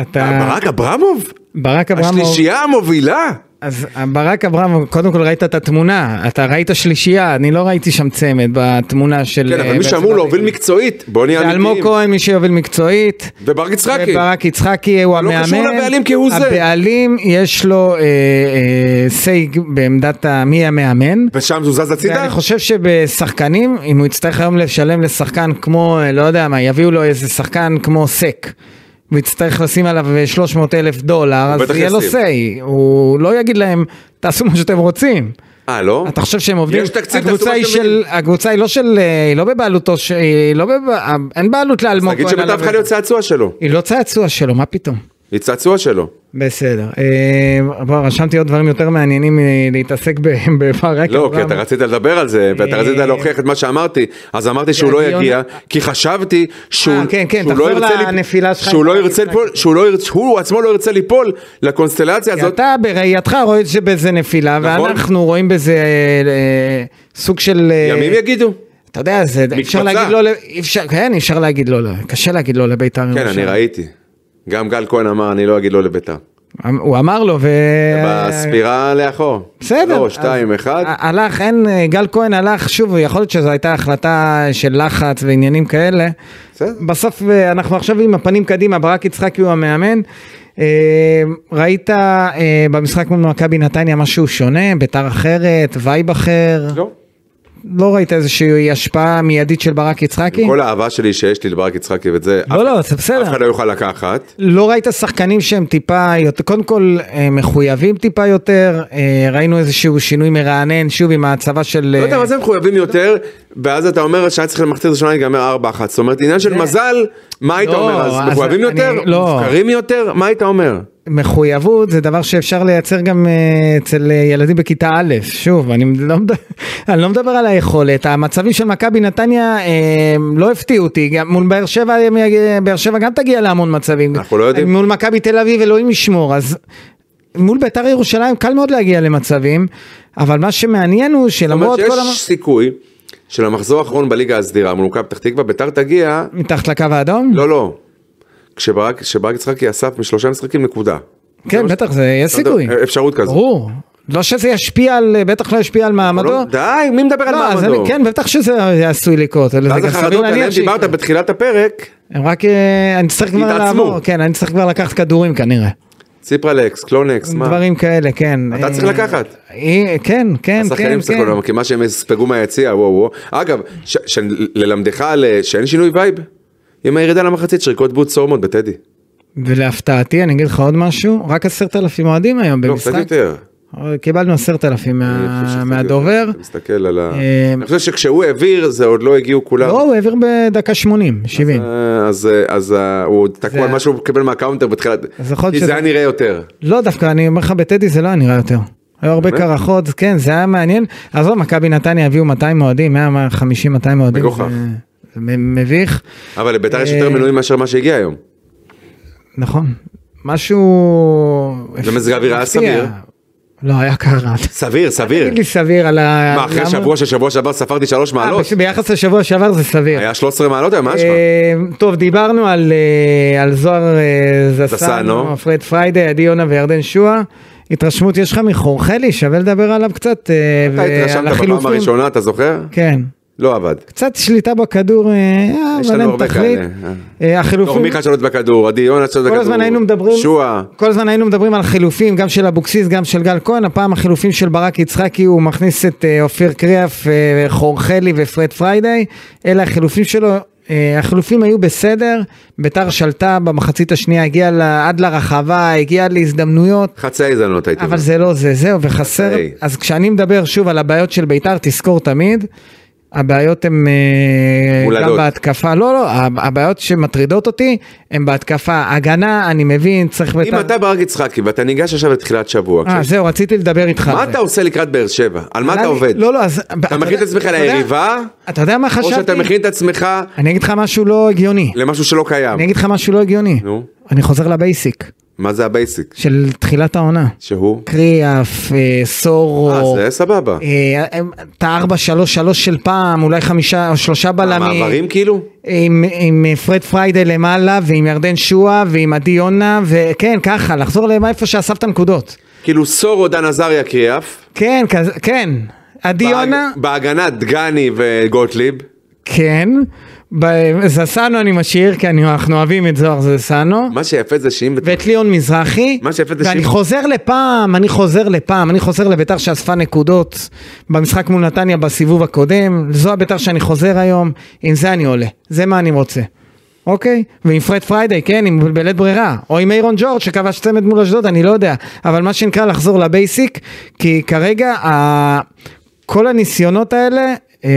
Speaker 2: אתה...
Speaker 3: ברק אברמוב?
Speaker 2: ברק אה. אברמוב.
Speaker 3: השלישייה המובילה?
Speaker 2: אז אה, ברק אברהם, קודם כל ראית את התמונה, אתה ראית שלישייה, אני לא ראיתי שם צמד בתמונה של...
Speaker 3: כן, אבל
Speaker 2: אה,
Speaker 3: מי שאמור
Speaker 2: בעצם-
Speaker 3: להוביל מקצועית, בוא נהיה
Speaker 2: זה אלמוג
Speaker 3: אמיתיים.
Speaker 2: כהן, מי שיוביל מקצועית.
Speaker 3: וברק יצחקי.
Speaker 2: ברק יצחקי הוא
Speaker 3: לא
Speaker 2: המאמן.
Speaker 3: קשור לבעלים כהוא זה.
Speaker 2: הבעלים יש לו אה, אה, סייג בעמדת ה- מי המאמן.
Speaker 3: ושם זו זז הצידה?
Speaker 2: ואני חושב שבשחקנים, אם הוא יצטרך היום לשלם לשחקן כמו, אה, לא יודע מה, יביאו לו איזה שחקן כמו סק. הוא יצטרך לשים עליו 300 אלף דולר,
Speaker 3: הוא
Speaker 2: אז
Speaker 3: בטח
Speaker 2: יהיה לו
Speaker 3: ישים.
Speaker 2: סיי, הוא לא יגיד להם, תעשו מה שאתם רוצים.
Speaker 3: אה, לא?
Speaker 2: אתה חושב שהם עובדים?
Speaker 3: יש תקציב,
Speaker 2: הקבוצה היא
Speaker 3: תעשו מה
Speaker 2: של, הקבוצה היא לא של, אה, היא לא בבעלותו, ש- היא לא בב... אין בעלות לאלמוג
Speaker 3: תגיד
Speaker 2: כהן
Speaker 3: שביתר
Speaker 2: עליו.
Speaker 3: הפכה להיות צעצוע שלו.
Speaker 2: היא לא צעצוע שלו, מה פתאום?
Speaker 3: היא צעצוע שלו.
Speaker 2: בסדר. אה, בוא, רשמתי עוד דברים יותר מעניינים מלהתעסק ב- [laughs] בברק.
Speaker 3: לא, כי
Speaker 2: אברהם.
Speaker 3: אתה רצית לדבר על זה, ואתה
Speaker 2: כן, אה,
Speaker 3: רצית להוכיח את מה שאמרתי, אז אמרתי שהוא לא
Speaker 2: הדיון-
Speaker 3: יגיע, כי חשבתי שהוא
Speaker 2: אה, כן, כן,
Speaker 3: שהוא
Speaker 2: תחזור
Speaker 3: לא ירצה ליפ-
Speaker 2: לנפילה שלך
Speaker 3: שהוא
Speaker 2: עם
Speaker 3: לא
Speaker 2: ברק
Speaker 3: ירצה ליפול, שהוא לא ירצה, הוא עצמו לא ירצה ליפול לקונסטלציה
Speaker 2: כי
Speaker 3: הזאת.
Speaker 2: אתה בראייתך רואה שבזה נפילה,
Speaker 3: נכון.
Speaker 2: ואנחנו רואים בזה אה, אה, סוג של... אה,
Speaker 3: ימים יגידו.
Speaker 2: אתה יודע, זה אי
Speaker 3: מקפצה.
Speaker 2: אפשר להגיד לא, ל- אי אפשר, כן, אי אפשר להגיד לא, ל- קשה להגיד לא לבית"ר
Speaker 3: כן, אני ראיתי. גם גל כהן אמר, אני לא אגיד לא לביתר.
Speaker 2: הוא אמר לו, ו...
Speaker 3: בספירה לאחור.
Speaker 2: אה, בסדר.
Speaker 3: לא,
Speaker 2: אז
Speaker 3: שתיים, אחד.
Speaker 2: ה- הלך, אין, אה, גל כהן הלך, שוב, יכול להיות שזו הייתה החלטה של לחץ ועניינים כאלה.
Speaker 3: בסדר.
Speaker 2: בסוף אה, אנחנו עכשיו עם הפנים קדימה, ברק יצחקי הוא המאמן. אה, ראית אה, במשחק מול מכבי נתניה משהו שונה, ביתר אחרת, וייב אחר?
Speaker 3: לא.
Speaker 2: לא ראית איזושהי השפעה מיידית של ברק יצחקי?
Speaker 3: כל האהבה שלי שיש לי לברק יצחקי ואת זה,
Speaker 2: כן. לא,
Speaker 3: אף-
Speaker 2: לא, זה בסדר.
Speaker 3: אף אחד לא יוכל לקחת.
Speaker 2: לא ראית שחקנים שהם טיפה יותר, קודם כל אה, מחויבים טיפה יותר, אה, ראינו איזשהו שינוי מרענן, שוב עם ההצבה של... אה,
Speaker 3: לא יודע מה זה מחויבים יותר, ואז אתה אומר שהיה צריך למחצית ראשונה להיגמר 4-1, זאת אומרת עניין של מזל, מה היית
Speaker 2: לא,
Speaker 3: אומר אז,
Speaker 2: אז
Speaker 3: מחויבים
Speaker 2: אני-
Speaker 3: יותר,
Speaker 2: לא.
Speaker 3: מופקרים יותר, מה היית אומר?
Speaker 2: מחויבות זה דבר שאפשר לייצר גם אה, אצל אה, ילדים בכיתה א', שוב, אני לא, מד- [laughs] אני לא מדבר על היכולת, המצבים של מכבי נתניה אה, לא הפתיעו אותי, גם מול באר שבע, הם יג- באר שבע גם תגיע להמון מצבים,
Speaker 3: אנחנו לא יודעים.
Speaker 2: מול מכבי תל אביב אלוהים ישמור, אז מול ביתר ירושלים קל מאוד להגיע למצבים, אבל מה שמעניין הוא
Speaker 3: זאת אומרת
Speaker 2: שלמרות כל... המ-
Speaker 3: שיש סיכוי של המחזור האחרון בליגה הסדירה מול מכבי פתח תקווה, ביתר תגיע,
Speaker 2: מתחת לקו האדום?
Speaker 3: לא לא, כשברק כשברק יצחקי אסף משלושה משחקים נקודה. לא אה,
Speaker 2: כן, בטח, זה יש סיכוי.
Speaker 3: אפשרות כזאת.
Speaker 2: ברור. לא שזה ישפיע על, בטח לא ישפיע על מעמדו.
Speaker 3: לא, די, מי מדבר על
Speaker 2: לא, אז
Speaker 3: מעמדו?
Speaker 2: אני, כן, בטח שזה עשוי לקרות. אבל זה
Speaker 3: ואז
Speaker 2: גם סביר
Speaker 3: החרדות עליהן
Speaker 2: להניח
Speaker 3: דיברת
Speaker 2: שיקרה.
Speaker 3: בתחילת הפרק,
Speaker 2: הם רק, אה, אני צריך כבר
Speaker 3: התעצמו.
Speaker 2: לעבור, כן, אני צריך כבר לקחת כדורים כנראה.
Speaker 3: ציפרלקס, קלונקס, מה?
Speaker 2: דברים כאלה, כן.
Speaker 3: אתה
Speaker 2: אה,
Speaker 3: צריך לקחת.
Speaker 2: אה, כן, כן, כן,
Speaker 3: השחקנים לא-
Speaker 2: כן.
Speaker 3: יסתכלו עליו, כי מה שהם יספגו מהיציע, וואו וואו. אגב, ש- שללמדך על אה, שאין שינוי וייב? עם הירידה למחצית, שריקות בוט סורמות בטדי.
Speaker 2: ולהפתעתי, אני אגיד לך עוד משהו, רק עשרת אלפים אוהדים היום
Speaker 3: לא, קצת
Speaker 2: במשחק.
Speaker 3: יותר.
Speaker 2: אבל קיבלנו עשרת אלפים
Speaker 3: אני חושב שקצת
Speaker 2: אה, מהדובר.
Speaker 3: יותר. מסתכל על ה...
Speaker 2: אה,
Speaker 3: אני חושב שכשהוא העביר, זה עוד לא הגיעו כולם.
Speaker 2: לא, הוא העביר בדקה 80, 70.
Speaker 3: אה, אז אה, אז, אה, הוא תקוע
Speaker 2: זה-
Speaker 3: על מה שהוא קיבל מהקאונטר בתחילת...
Speaker 2: אז יכול להיות
Speaker 3: כי זה
Speaker 2: שזה-
Speaker 3: היה נראה יותר.
Speaker 2: לא דווקא אני אומר לך בטדי זה לא היה נראה יותר. היו הרבה
Speaker 3: באמת?
Speaker 2: קרחות כן זה היה מעניין. עזוב מכבי נתניה הביאו 200 אוהדים 150 200 אוהדים.
Speaker 3: מגוחך.
Speaker 2: זה- מ- מביך.
Speaker 3: אבל לביתר יש
Speaker 2: אה,
Speaker 3: יותר מנויים מאשר מה שהגיע היום.
Speaker 2: נכון. משהו...
Speaker 3: ומזג האוויר היה
Speaker 2: מפתיע.
Speaker 3: סביר.
Speaker 2: לא, היה קרה.
Speaker 3: סביר, סביר.
Speaker 2: תגיד לי סביר על ה...
Speaker 3: מה, אחרי
Speaker 2: למה?
Speaker 3: שבוע ששבוע שעבר ספרתי שלוש
Speaker 2: אה,
Speaker 3: מעלות?
Speaker 2: פשוט ביחס לשבוע שעבר זה סביר.
Speaker 3: היה 13 מעלות היום, מה יש לך?
Speaker 2: אה, טוב, דיברנו על, אה, על זוהר אה,
Speaker 3: זסנו.
Speaker 2: זסנו, פרד פריידי, עדי יונה וירדן שועה. התרשמות יש לך מחורחלי, שווה לדבר עליו קצת. אה,
Speaker 3: אתה
Speaker 2: ועל
Speaker 3: התרשמת בפעם
Speaker 2: החילופים.
Speaker 3: הראשונה, אתה זוכר?
Speaker 2: כן.
Speaker 3: לא עבד.
Speaker 2: קצת שליטה בכדור, אה,
Speaker 3: יש
Speaker 2: אבל
Speaker 3: לנו
Speaker 2: אין
Speaker 3: הרבה
Speaker 2: תכלית.
Speaker 3: כאלה. אה.
Speaker 2: אה,
Speaker 3: דור
Speaker 2: החילופים,
Speaker 3: מיכה שולט בכדור, עדי יונה שולט בכדור.
Speaker 2: כל הזמן היינו מדברים,
Speaker 3: שועה.
Speaker 2: כל הזמן היינו מדברים על חילופים, גם של אבוקסיס, גם של גל כהן, הפעם החילופים של ברק יצחקי, הוא מכניס את אה, אופיר קריאף, אה, חורחלי ופרד פריידי, אלה החילופים שלו, אה, החילופים היו בסדר, ביתר שלטה במחצית השנייה, הגיעה ל- עד לרחבה, הגיעה להזדמנויות,
Speaker 3: חצאי הזדמנות הייתי אומר.
Speaker 2: אבל זה לא זה, זהו, וחסר.
Speaker 3: אוקיי.
Speaker 2: אז כשאני מדבר שוב על הבעיות של בית"ר, תזכור תמיד, הבעיות הן אה,
Speaker 3: מולדות.
Speaker 2: גם בהתקפה, לא, לא, הבעיות שמטרידות אותי הן בהתקפה, הגנה, אני מבין, צריך
Speaker 3: אם אתה ברק יצחקי ואתה ניגש עכשיו לתחילת שבוע,
Speaker 2: אה,
Speaker 3: כשיש-
Speaker 2: זהו, רציתי לדבר איתך. על
Speaker 3: מה
Speaker 2: זה.
Speaker 3: אתה עושה לקראת באר שבע? על מה
Speaker 2: עלה
Speaker 3: אתה
Speaker 2: לי-
Speaker 3: עובד?
Speaker 2: לא, לא, אז...
Speaker 3: אתה מכין את עצמך ליריבה?
Speaker 2: אתה יודע מה
Speaker 3: או שאתה
Speaker 2: חשבתי?
Speaker 3: מכין את עצמך
Speaker 2: אני אגיד לך משהו לא הגיוני.
Speaker 3: למשהו שלא קיים?
Speaker 2: אני אגיד לך משהו לא הגיוני.
Speaker 3: נו,
Speaker 2: אני חוזר לבייסיק
Speaker 3: מה זה הבייסיק?
Speaker 2: של תחילת העונה.
Speaker 3: שהוא?
Speaker 2: קריאף, אה, סורו.
Speaker 3: אה, זה סבבה.
Speaker 2: אה, את הארבע שלוש שלוש של פעם, אולי חמישה או שלושה בלמים.
Speaker 3: המעברים כאילו?
Speaker 2: עם, עם פרד פריידי למעלה ועם ירדן שואה ועם עדי יונה וכן ככה לחזור למה איפה שאספת נקודות.
Speaker 3: כאילו סורו, דן עזריה, קריאף.
Speaker 2: כן, כזה, כן. עדי יונה,
Speaker 3: בהג- בהגנה דגני וגוטליב.
Speaker 2: כן. ב- זסנו אני משאיר כי אני- אנחנו אוהבים את זוהר זסנו.
Speaker 3: מה שיפה זה שאם...
Speaker 2: ואת ליאון מזרחי,
Speaker 3: מה שיפה זה
Speaker 2: ואני
Speaker 3: שאם-
Speaker 2: חוזר לפעם, אני חוזר לפעם, אני חוזר לביתר שאספה נקודות במשחק מול נתניה בסיבוב הקודם, זו הביתר שאני חוזר היום, עם זה אני עולה, זה מה אני רוצה, אוקיי? ועם פרד פריידי, כן, עם בלית ברירה, או עם איירון ג'ורג' שכבש צמד מול אשדוד, אני לא יודע, אבל מה שנקרא לחזור לבייסיק, כי כרגע ה... כל הניסיונות האלה, אה,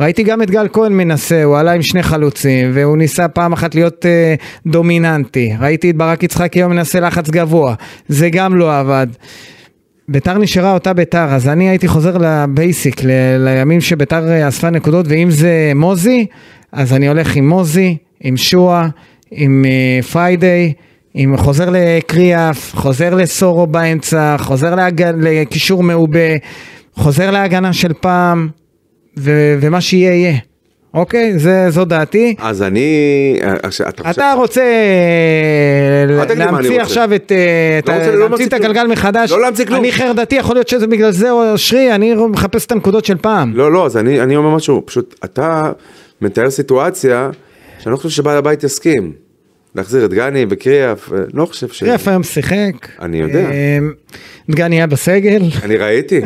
Speaker 2: ראיתי גם את גל כהן מנסה, הוא עלה עם שני חלוצים, והוא ניסה פעם אחת להיות אה, דומיננטי. ראיתי את ברק יצחקי היום מנסה לחץ גבוה, זה גם לא עבד. ביתר נשארה אותה ביתר, אז אני הייתי חוזר לבייסיק, ל- לימים שביתר אה, אספה נקודות, ואם זה מוזי, אז אני הולך עם מוזי, עם שואה, עם אה, פריידי, עם חוזר לקריאף, חוזר לסורו באמצע, חוזר להג... לקישור מעובה, חוזר להגנה של פעם, ו... ומה שיהיה יהיה. אוקיי? זה, זו דעתי.
Speaker 3: אז אני... אה, עכשיו, אתה חושב...
Speaker 2: אתה רוצה אה,
Speaker 3: אל תגיד לי מה אני
Speaker 2: להמציא
Speaker 3: רוצה.
Speaker 2: עכשיו את אה,
Speaker 3: לא
Speaker 2: את ה-
Speaker 3: רוצה- לא
Speaker 2: להמציא
Speaker 3: ממציא
Speaker 2: את
Speaker 3: כלום.
Speaker 2: הגלגל מחדש,
Speaker 3: לא להמציא כלום.
Speaker 2: אני חרדתי, יכול להיות שזה בגלל זה או אשרי, אני מחפש את הנקודות של פעם.
Speaker 3: לא, לא, אז אני, אני אומר משהו, פשוט אתה מתאר סיטואציה שאני לא חושב שבעל הבית יסכים. להחזיר את גני וקריאף, אה, לא חושב ש...
Speaker 2: קריאף היום שיחק.
Speaker 3: אני יודע.
Speaker 2: אה, דגני היה בסגל.
Speaker 3: אני
Speaker 2: [laughs]
Speaker 3: ראיתי,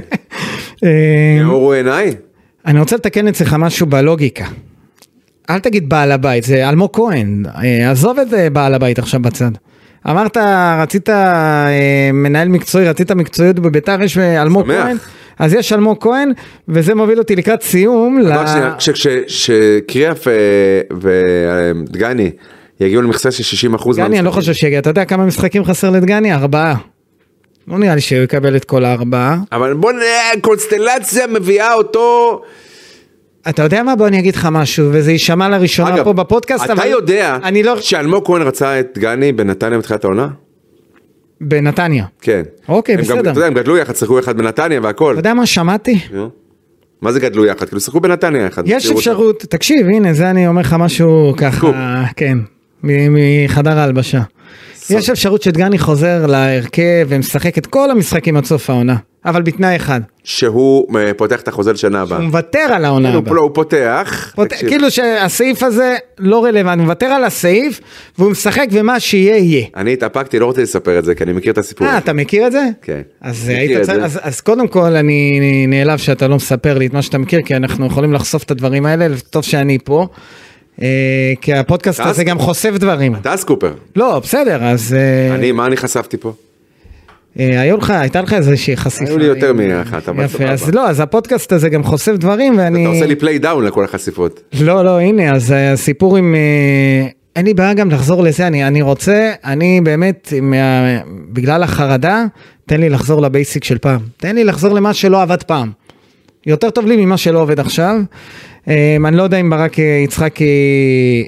Speaker 2: אה,
Speaker 3: נאורו עיניי.
Speaker 2: אני רוצה לתקן אצלך משהו בלוגיקה. אל תגיד בעל הבית, זה אלמוג כהן, אה, עזוב את אה, בעל הבית עכשיו בצד. אמרת, רצית אה, מנהל מקצועי, רצית מקצועיות בביתר, יש אה, אלמוג
Speaker 3: שמח.
Speaker 2: כהן, אז יש אלמוג כהן, וזה מוביל אותי לקראת סיום. ל-
Speaker 3: רק לא, שנייה, כש- כש- כשקריאף אה, ודגני יגיעו למכסה של 60 אחוז
Speaker 2: דגני, אני לא חושב שיגיע, אתה יודע כמה משחקים חסר לדגני? ארבעה. לא נראה לי שהוא יקבל את כל הארבעה.
Speaker 3: אבל בוא נראה, קונסטלציה מביאה אותו...
Speaker 2: אתה יודע מה? בוא אני אגיד לך משהו, וזה יישמע לראשונה פה בפודקאסט,
Speaker 3: אתה
Speaker 2: אבל-
Speaker 3: יודע
Speaker 2: אני לא...
Speaker 3: שאלמוג כהן רצה את גני בנתניה בתחילת העונה?
Speaker 2: בנתניה.
Speaker 3: כן.
Speaker 2: אוקיי,
Speaker 3: הם גם-
Speaker 2: בסדר.
Speaker 3: אתה יודע, הם גדלו יחד, שיחקו יחד בנתניה והכל.
Speaker 2: אתה יודע מה שמעתי?
Speaker 3: נו. כן? מה זה גדלו יחד? כאילו שיחקו בנתניה יחד.
Speaker 2: יש
Speaker 3: שיחקו
Speaker 2: אפשרות, תקשיב, הנה, זה אני אומר לך משהו
Speaker 3: סקופ.
Speaker 2: ככה, כן, מ- מחדר ההלבשה. יש אפשרות שדגני חוזר להרכב ומשחק את כל המשחקים עד סוף העונה, אבל בתנאי אחד,
Speaker 3: שהוא אה, פותח את החוזה לשנה הבאה.
Speaker 2: הוא מוותר על העונה
Speaker 3: כאילו,
Speaker 2: הבאה.
Speaker 3: לא, הוא פותח.
Speaker 2: פות-
Speaker 3: תקשיב,
Speaker 2: כאילו שהסעיף הזה לא רלוונטי, הוא מוותר על הסעיף והוא משחק ומה שיהיה יהיה.
Speaker 3: אני התאפקתי, לא רוצה לספר את זה, כי אני מכיר את הסיפור.
Speaker 2: אה,
Speaker 3: הזה.
Speaker 2: אתה מכיר את זה?
Speaker 3: כן.
Speaker 2: אז
Speaker 3: מכיר
Speaker 2: היית
Speaker 3: את
Speaker 2: צריך,
Speaker 3: זה.
Speaker 2: אז, אז קודם כל אני אני נעלב שאתה לא מספר לי את מה שאתה מכיר, כי אנחנו יכולים לחשוף את הדברים האלה, וטוב שאני פה, אה, כי הפודקאסט
Speaker 3: אז-
Speaker 2: הזה גם חושף דברים.
Speaker 3: אתה הסקופר.
Speaker 2: לא, בסדר, אז אה,
Speaker 3: אני, מה אני חשפתי פה?
Speaker 2: אה, היו לך, הייתה לך איזושהי חשיפה.
Speaker 3: היו לי יותר
Speaker 2: עם-
Speaker 3: מאחת, אבל
Speaker 2: יפה, אז
Speaker 3: סבבה.
Speaker 2: לא, אז הפודקאסט הזה גם חושף דברים, ואני...
Speaker 3: אתה עושה לי פליי דאון לכל החשיפות.
Speaker 2: לא, לא, הנה, אז אה, הסיפור עם... אה, אין לי בעיה גם לחזור לזה, אני, אני רוצה, אני באמת, מה, בגלל החרדה, תן לי לחזור לבייסיק של פעם. תן לי לחזור למה שלא עבד פעם. יותר טוב לי ממה שלא עובד עכשיו. אמ, אני לא יודע אם ברק אה, יצחקי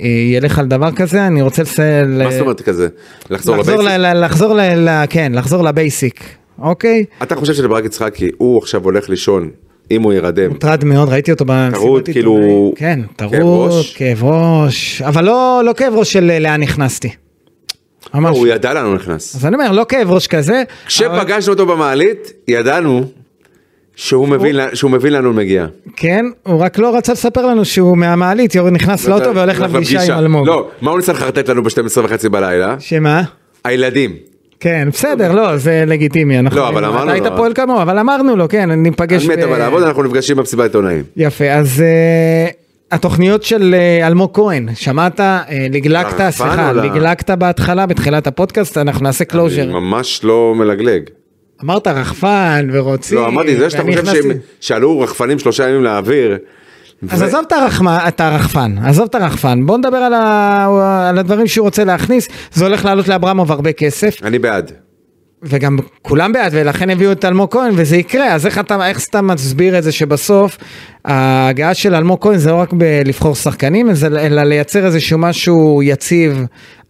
Speaker 2: אה, ילך על דבר כזה, אני רוצה לסיים...
Speaker 3: מה זאת אומרת כזה? לחזור
Speaker 2: לחזור ל...
Speaker 3: לבייסיק?
Speaker 2: ל- לחזור ל... ל- כן, לחזור לבייסיק, אוקיי?
Speaker 3: אתה חושב שלברק יצחקי, הוא עכשיו הולך לישון, אם הוא יירדם,
Speaker 2: מוטרד מאוד, ראיתי אותו במסיבת
Speaker 3: טרוד, כאילו,
Speaker 2: עיתונאים. כן,
Speaker 3: כאב
Speaker 2: טרוד,
Speaker 3: ראש?
Speaker 2: כאב ראש, אבל לא, לא כאב ראש של אה, לאן נכנסתי. ממש.
Speaker 3: לא, הוא ידע לאן הוא נכנס.
Speaker 2: אז אני אומר, לא כאב ראש כזה. אבל-
Speaker 3: כשפגשנו אותו במעלית, ידענו שהוא מבין לאן- שהוא מבין לאן הוא מגיע.
Speaker 2: כן, הוא רק לא רצה לספר לנו שהוא מהמעלית, יור- נכנס לאוטו והולך
Speaker 3: הולך
Speaker 2: לפגישה עם אלמוג.
Speaker 3: לא, מה הוא ניסה לחרטט לנו ב-12 וחצי בלילה?
Speaker 2: שמה?
Speaker 3: הילדים.
Speaker 2: כן, בסדר, לא, זה לגיטימי. אנחנו-
Speaker 3: לא, אבל אמרנו
Speaker 2: אתה היית
Speaker 3: לו.
Speaker 2: פועל כמוהו, אבל אמרנו לו, כן, אני
Speaker 3: אני
Speaker 2: ניפגש...
Speaker 3: מת
Speaker 2: ב-
Speaker 3: אבל לעבוד, אנחנו נפגשים במסיבת עיתונאים.
Speaker 2: יפה, אז אה, התוכניות של אה, אלמוג כהן, שמעת? אה, לגלגת,
Speaker 3: רחפן
Speaker 2: סליחה,
Speaker 3: עולה.
Speaker 2: לגלגת בהתחלה, בתחילת הפודקאסט, אנחנו נעשה
Speaker 3: אני
Speaker 2: קלוז'ר.
Speaker 3: ממש לא מלגלג.
Speaker 2: אמרת רחפן ורוצים.
Speaker 3: לא, אמרתי, זה שאתה
Speaker 2: ואני
Speaker 3: חושב שהם
Speaker 2: הכנסתי-
Speaker 3: שעלו רחפנים שלושה ימים לאוויר.
Speaker 2: אז
Speaker 3: ו-
Speaker 2: עזוב את הרחמה- את הרחפן, עזוב את הרחפן, בוא נדבר על ה- על הדברים שהוא רוצה להכניס, זה הולך לעלות לאברמוב הרבה כסף,
Speaker 3: אני בעד.
Speaker 2: וגם כולם בעד, ולכן הביאו את אלמוג כהן, וזה יקרה, אז איך אתה, איך סתם מסביר את זה שבסוף ההגעה של אלמוג כהן זה לא רק בלבחור שחקנים, זה- אלא לייצר איזשהו משהו יציב,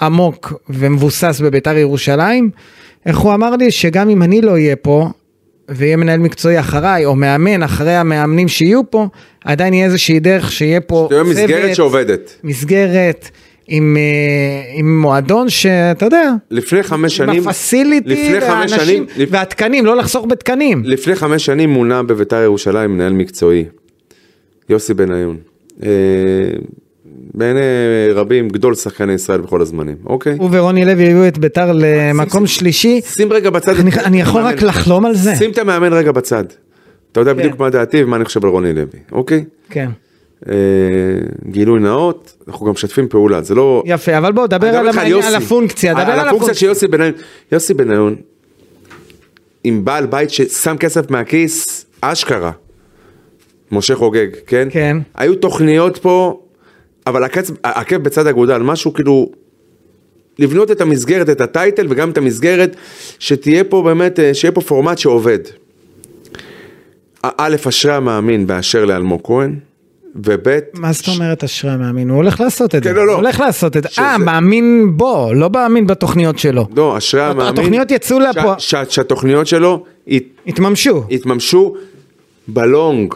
Speaker 2: עמוק ומבוסס בביתר ירושלים? איך הוא אמר לי? שגם אם אני לא אהיה פה, ויהיה מנהל מקצועי אחריי, או מאמן אחרי המאמנים שיהיו פה, עדיין יהיה איזושהי דרך שיהיה פה
Speaker 3: זו מסגרת שעובדת.
Speaker 2: מסגרת עם, אה, עם מועדון שאתה יודע.
Speaker 3: לפני חמש שנים,
Speaker 2: עם הפסיליטי
Speaker 3: לפני חמש
Speaker 2: והאנשים
Speaker 3: שנים, לפ-
Speaker 2: והתקנים, לא לחסוך בתקנים.
Speaker 3: לפני חמש שנים מונה בביתר ירושלים מנהל מקצועי, יוסי בניון. אה, בעיני רבים גדול שחקני ישראל בכל הזמנים, אוקיי?
Speaker 2: הוא ורוני לוי הביאו את ביתר למקום
Speaker 3: שים-
Speaker 2: שלישי.
Speaker 3: שים רגע בצד.
Speaker 2: אני-
Speaker 3: את-
Speaker 2: אני יכול
Speaker 3: מאמן.
Speaker 2: רק לחלום על זה.
Speaker 3: שים את המאמן רגע בצד. אתה יודע בדיוק מה דעתי ומה אני חושב על רוני לוי, אוקיי?
Speaker 2: כן.
Speaker 3: אה, גילוי נאות, אנחנו גם משתפים פעולה, זה לא...
Speaker 2: יפה, אבל בוא, דבר
Speaker 3: אני
Speaker 2: על
Speaker 3: מדבר איתך
Speaker 2: המעניין, על
Speaker 3: יוסי.
Speaker 2: הפונקציה, דבר על
Speaker 3: הפונקציה
Speaker 2: הפונקציה.
Speaker 3: שיוסי בניון, יוסי בניון, עם בעל בית ששם כסף מהכיס, אשכרה, משה חוגג, כן?
Speaker 2: כן.
Speaker 3: היו תוכניות פה, אבל הקצ- העקב בצד אגודל, משהו כאילו, לבנות את המסגרת, את הטייטל וגם את המסגרת, שתהיה פה באמת, אה, שיהיה פה פורמט שעובד. א', אשרי המאמין באשר לאלמוג כהן, וב',
Speaker 2: מה זאת אומרת אשרי המאמין? הוא הולך לעשות את זה.
Speaker 3: כן, לא, לא.
Speaker 2: הוא הולך לעשות את זה. אה,
Speaker 3: שזה-
Speaker 2: מאמין בו, לא מאמין בתוכניות שלו.
Speaker 3: לא, אשרי
Speaker 2: הת-
Speaker 3: המאמין.
Speaker 2: התוכניות יצאו
Speaker 3: שה-
Speaker 2: לפועל.
Speaker 3: שה- שהתוכניות שלו הת-
Speaker 2: התממשו.
Speaker 3: התממשו בלונג.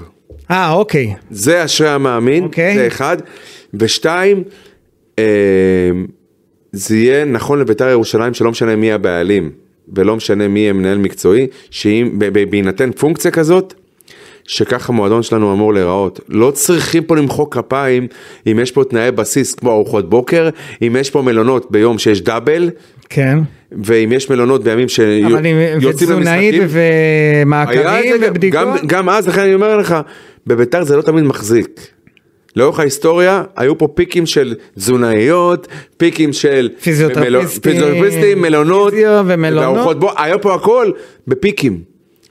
Speaker 2: אה, אוקיי.
Speaker 3: זה אשרי המאמין,
Speaker 2: אוקיי.
Speaker 3: זה אחד. ושתיים, אה, זה יהיה נכון לביתר ירושלים שלא משנה מי הבעלים ולא משנה מי יהיה מנהל מקצועי, שאם ב- ב- בהינתן פונקציה כזאת, שכך המועדון שלנו אמור להיראות. לא צריכים פה למחוא כפיים אם יש פה תנאי בסיס כמו ארוחות בוקר, אם יש פה מלונות ביום שיש דאבל,
Speaker 2: כן.
Speaker 3: ואם יש מלונות בימים
Speaker 2: אבל עם
Speaker 3: שיוצאים
Speaker 2: תזונאית
Speaker 3: למשחקים, היה את
Speaker 2: ומעקבים
Speaker 3: זה גם- גם,
Speaker 2: ובדיקות.
Speaker 3: גם אז לכן אני אומר לך, בביתר זה לא תמיד מחזיק. לאורך ההיסטוריה היו פה פיקים של תזונאיות, פיקים של
Speaker 2: פיזיותרפיסטים,
Speaker 3: מלו- פיזיותרפיסטים, מלונות,
Speaker 2: פיזיו ומלונות.
Speaker 3: וארוחות בוא, היה פה הכל בפיקים.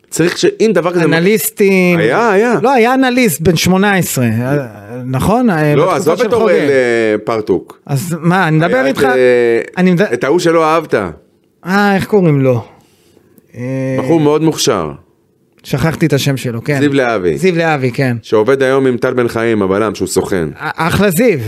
Speaker 3: צריך שאם דבר כזה...
Speaker 2: אנליסטים.
Speaker 3: היה, היה.
Speaker 2: לא, היה אנליסט בן 18, אה, נכון? אה,
Speaker 3: לא,
Speaker 2: בתקופה
Speaker 3: עזוב
Speaker 2: של
Speaker 3: את אורל
Speaker 2: חוגג.
Speaker 3: אה, פרטוק.
Speaker 2: אז מה, אני מדבר
Speaker 3: היה
Speaker 2: איתך?
Speaker 3: את, אה,
Speaker 2: אני מדבר...
Speaker 3: את ההוא שלא אהבת,
Speaker 2: אה, איך קוראים לו? אה,
Speaker 3: בחור מאוד מוכשר,
Speaker 2: שכחתי את השם שלו, כן.
Speaker 3: לא. זיו להבי,
Speaker 2: זיו להבי, כן.
Speaker 3: שעובד היום עם טל בן חיים, הבלם, שהוא סוכן,
Speaker 2: א- אחלה זיו.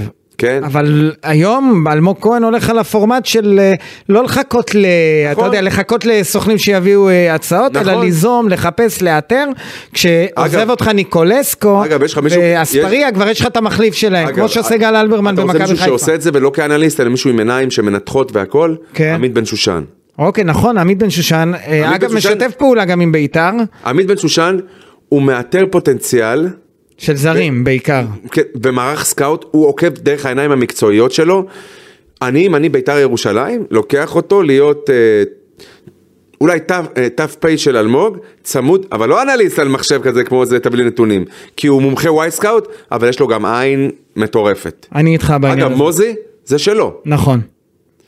Speaker 3: כן?
Speaker 2: אבל היום אלמוג כהן הולך על הפורמט של אה, לא לחכות ל... אתה
Speaker 3: נכון.
Speaker 2: יודע, לחכות לסוכנים שיביאו אה, הצעות, אלא
Speaker 3: נכון.
Speaker 2: ליזום, לחפש, לאתר. כשעוזב
Speaker 3: אגב-
Speaker 2: אותך ניקולסקו,
Speaker 3: אגב, יש לך מישהו-
Speaker 2: ואספריה, כבר יש לך את המחליף שלהם,
Speaker 3: אגב,
Speaker 2: כמו שעושה גל אלברמן במכבי
Speaker 3: אתה
Speaker 2: חיפה.
Speaker 3: רוצה מישהו שעושה את זה ולא כאנליסט, אלא מישהו עם עיניים שמנתחות והכל?
Speaker 2: כן.
Speaker 3: עמית בן שושן.
Speaker 2: אוקיי, נכון, עמית בן שושן, אה,
Speaker 3: עמית
Speaker 2: אגב,
Speaker 3: בן שושן-
Speaker 2: משתף פעולה גם עם בית"ר,
Speaker 3: עמית בן שושן הוא מאתר פוטנציאל,
Speaker 2: של זרים בעיקר.
Speaker 3: כן, במערך סקאוט, הוא עוקב דרך העיניים המקצועיות שלו. אני, אם אני בית"ר ירושלים, לוקח אותו להיות אה, אולי תו- אה, ת"פ של אלמוג, צמוד, אבל לא אנליסט על מחשב כזה כמו זה תביא לי נתונים. כי הוא מומחה וואי סקאוט, אבל יש לו גם עין מטורפת.
Speaker 2: אני איתך בעניין
Speaker 3: אגב,
Speaker 2: הזה.
Speaker 3: מוזי, זה שלו.
Speaker 2: נכון.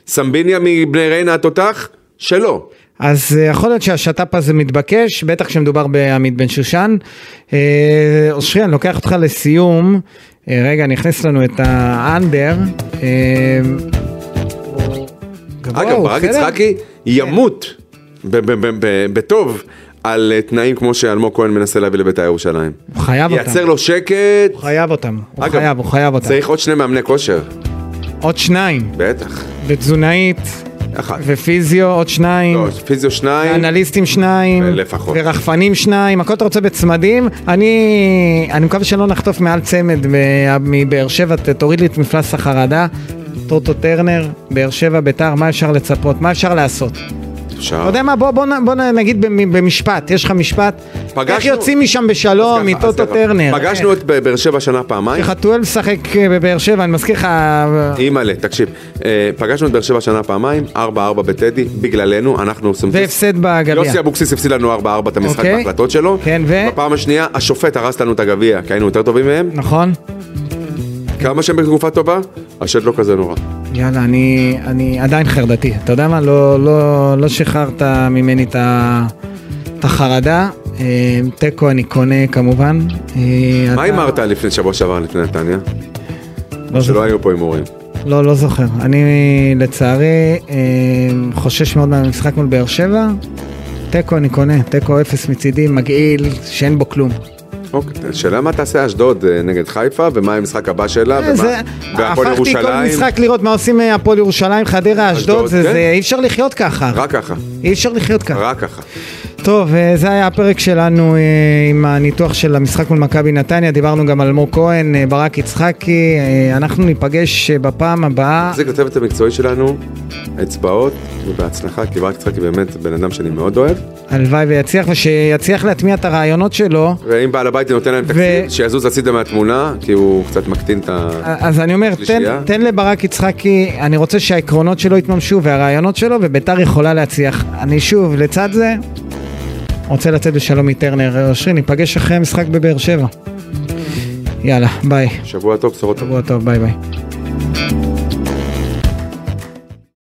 Speaker 3: סמביניה מבני ריינה התותח, שלו.
Speaker 2: אז אה, יכול להיות שהשת"פ הזה מתבקש, בטח כשמדובר בעמית בן שושן. אה, אושרי, אני לוקח אותך לסיום. אה, רגע, אני אכניס לנו את האנדר. אה, גבוה,
Speaker 3: אגב,
Speaker 2: הוא
Speaker 3: ברק
Speaker 2: בסדר? כן.
Speaker 3: יצחקי ימות ב- ב- ב- ב- בטוב על אה, תנאים כמו שאלמוג כהן מנסה להביא לבית"ר ירושלים.
Speaker 2: הוא חייב אותם.
Speaker 3: ייצר לו שקט,
Speaker 2: הוא חייב אותם. הוא
Speaker 3: אגב,
Speaker 2: חייב, הוא חייב אותם.
Speaker 3: צריך עוד שני מאמני כושר,
Speaker 2: עוד שניים.
Speaker 3: בטח.
Speaker 2: ותזונאית,
Speaker 3: אחד.
Speaker 2: ופיזיו עוד שניים.
Speaker 3: לא, פיזיו שניים,
Speaker 2: אנליסטים שניים,
Speaker 3: לפחות.
Speaker 2: ורחפנים שניים, הכל אתה רוצה בצמדים. אני, אני מקווה שלא נחטוף מעל צמד מה- מבאר שבע, ת- תוריד לי את מפלס החרדה. טוטו טרנר, באר שבע, ביתר, מה אפשר לצפות? מה אפשר לעשות? אתה
Speaker 3: אפשר.
Speaker 2: יודע מה, בוא, בוא, נ- בוא נ- נגיד במ- במשפט, יש לך משפט,
Speaker 3: פגשנו-
Speaker 2: איך יוצאים משם
Speaker 3: אז
Speaker 2: בשלום
Speaker 3: ככה, אז
Speaker 2: מטוטו
Speaker 3: ככה.
Speaker 2: טרנר? אה,
Speaker 3: פגשנו את באר שבע שנה פעמיים.
Speaker 2: חתואל משחק אה, בבאר שבע, אני מזכיר לך...
Speaker 3: אימא'לה, תקשיב, אה, פגשנו את באר שבע שנה פעמיים, 4-4 בטדי, בגללנו, אנחנו עושים...
Speaker 2: זה הפסד בגביע.
Speaker 3: יוסי אבוקסיס הפסיד לנו 4-4 את המשחק
Speaker 2: אוקיי.
Speaker 3: בהחלטות שלו.
Speaker 2: כן, ו-
Speaker 3: בפעם השנייה, השופט הרס לנו את הגביע, כי היינו יותר טובים מהם.
Speaker 2: נכון? אוקיי.
Speaker 3: כמה שהם בתקופה טובה, השט לא כזה נורא.
Speaker 2: יאללה, אני, אני עדיין חרדתי. אתה יודע מה? לא, לא, לא שחררת ממני את, ה, את החרדה. אה, תיקו אני קונה כמובן. אה,
Speaker 3: מה
Speaker 2: אתה-
Speaker 3: הימרת לפני שבוע שעבר לפני נתניה?
Speaker 2: לא,
Speaker 3: שלא
Speaker 2: זוכר.
Speaker 3: היו פה הימורים.
Speaker 2: לא, לא זוכר. אני לצערי אה, חושש מאוד מהמשחק מול באר שבע. תיקו אני קונה, תיקו אפס מצידי, מגעיל, שאין בו כלום.
Speaker 3: אוקיי, השאלה מה תעשה אשדוד אה, נגד חיפה, ומה המשחק הבא שלה,
Speaker 2: אה, זה-
Speaker 3: ומה... והפועל
Speaker 2: הפכתי כל
Speaker 3: ירושלים,
Speaker 2: משחק לראות מה עושים אה, הפועל ירושלים, חדרה, אשדוד,
Speaker 3: אשדוד,
Speaker 2: זה-
Speaker 3: כן.
Speaker 2: זה- אי אפשר לחיות ככה.
Speaker 3: רק ככה,
Speaker 2: אי אפשר לחיות ככה.
Speaker 3: רק ככה.
Speaker 2: טוב, אה, זה היה הפרק שלנו אה, עם הניתוח של המשחק מול מכבי נתניה, דיברנו גם על מור כהן, אה, ברק יצחקי, אה, אנחנו ניפגש אה, בפעם הבאה.
Speaker 3: מחזיק לצוות המקצועי שלנו, אצבעות, ובהצלחה, כי ברק יצחקי באמת בן אדם שאני מאוד אוהב,
Speaker 2: הלוואי ויצליח, ושיצליח להטמיע את הרעיונות שלו.
Speaker 3: ואם בעל הבית נותן להם תקציב, שיזוז הצידה מהתמונה, כי הוא קצת מקטין את ה...
Speaker 2: אה, אז אני אומר, תן,
Speaker 3: שלישייה.
Speaker 2: תן לברק יצחקי, אני רוצה שהעקרונות שלו יתממשו והרעיונות שלו, וביתר יכולה להצליח. אני שוב, לצד זה, רוצה לצאת בשלום מטרנר. אושרי, ניפגש אחרי המשחק בבאר שבע. יאללה, ביי.
Speaker 3: שבוע טוב, בשורות טובות.
Speaker 2: שבוע טוב, ביי ביי.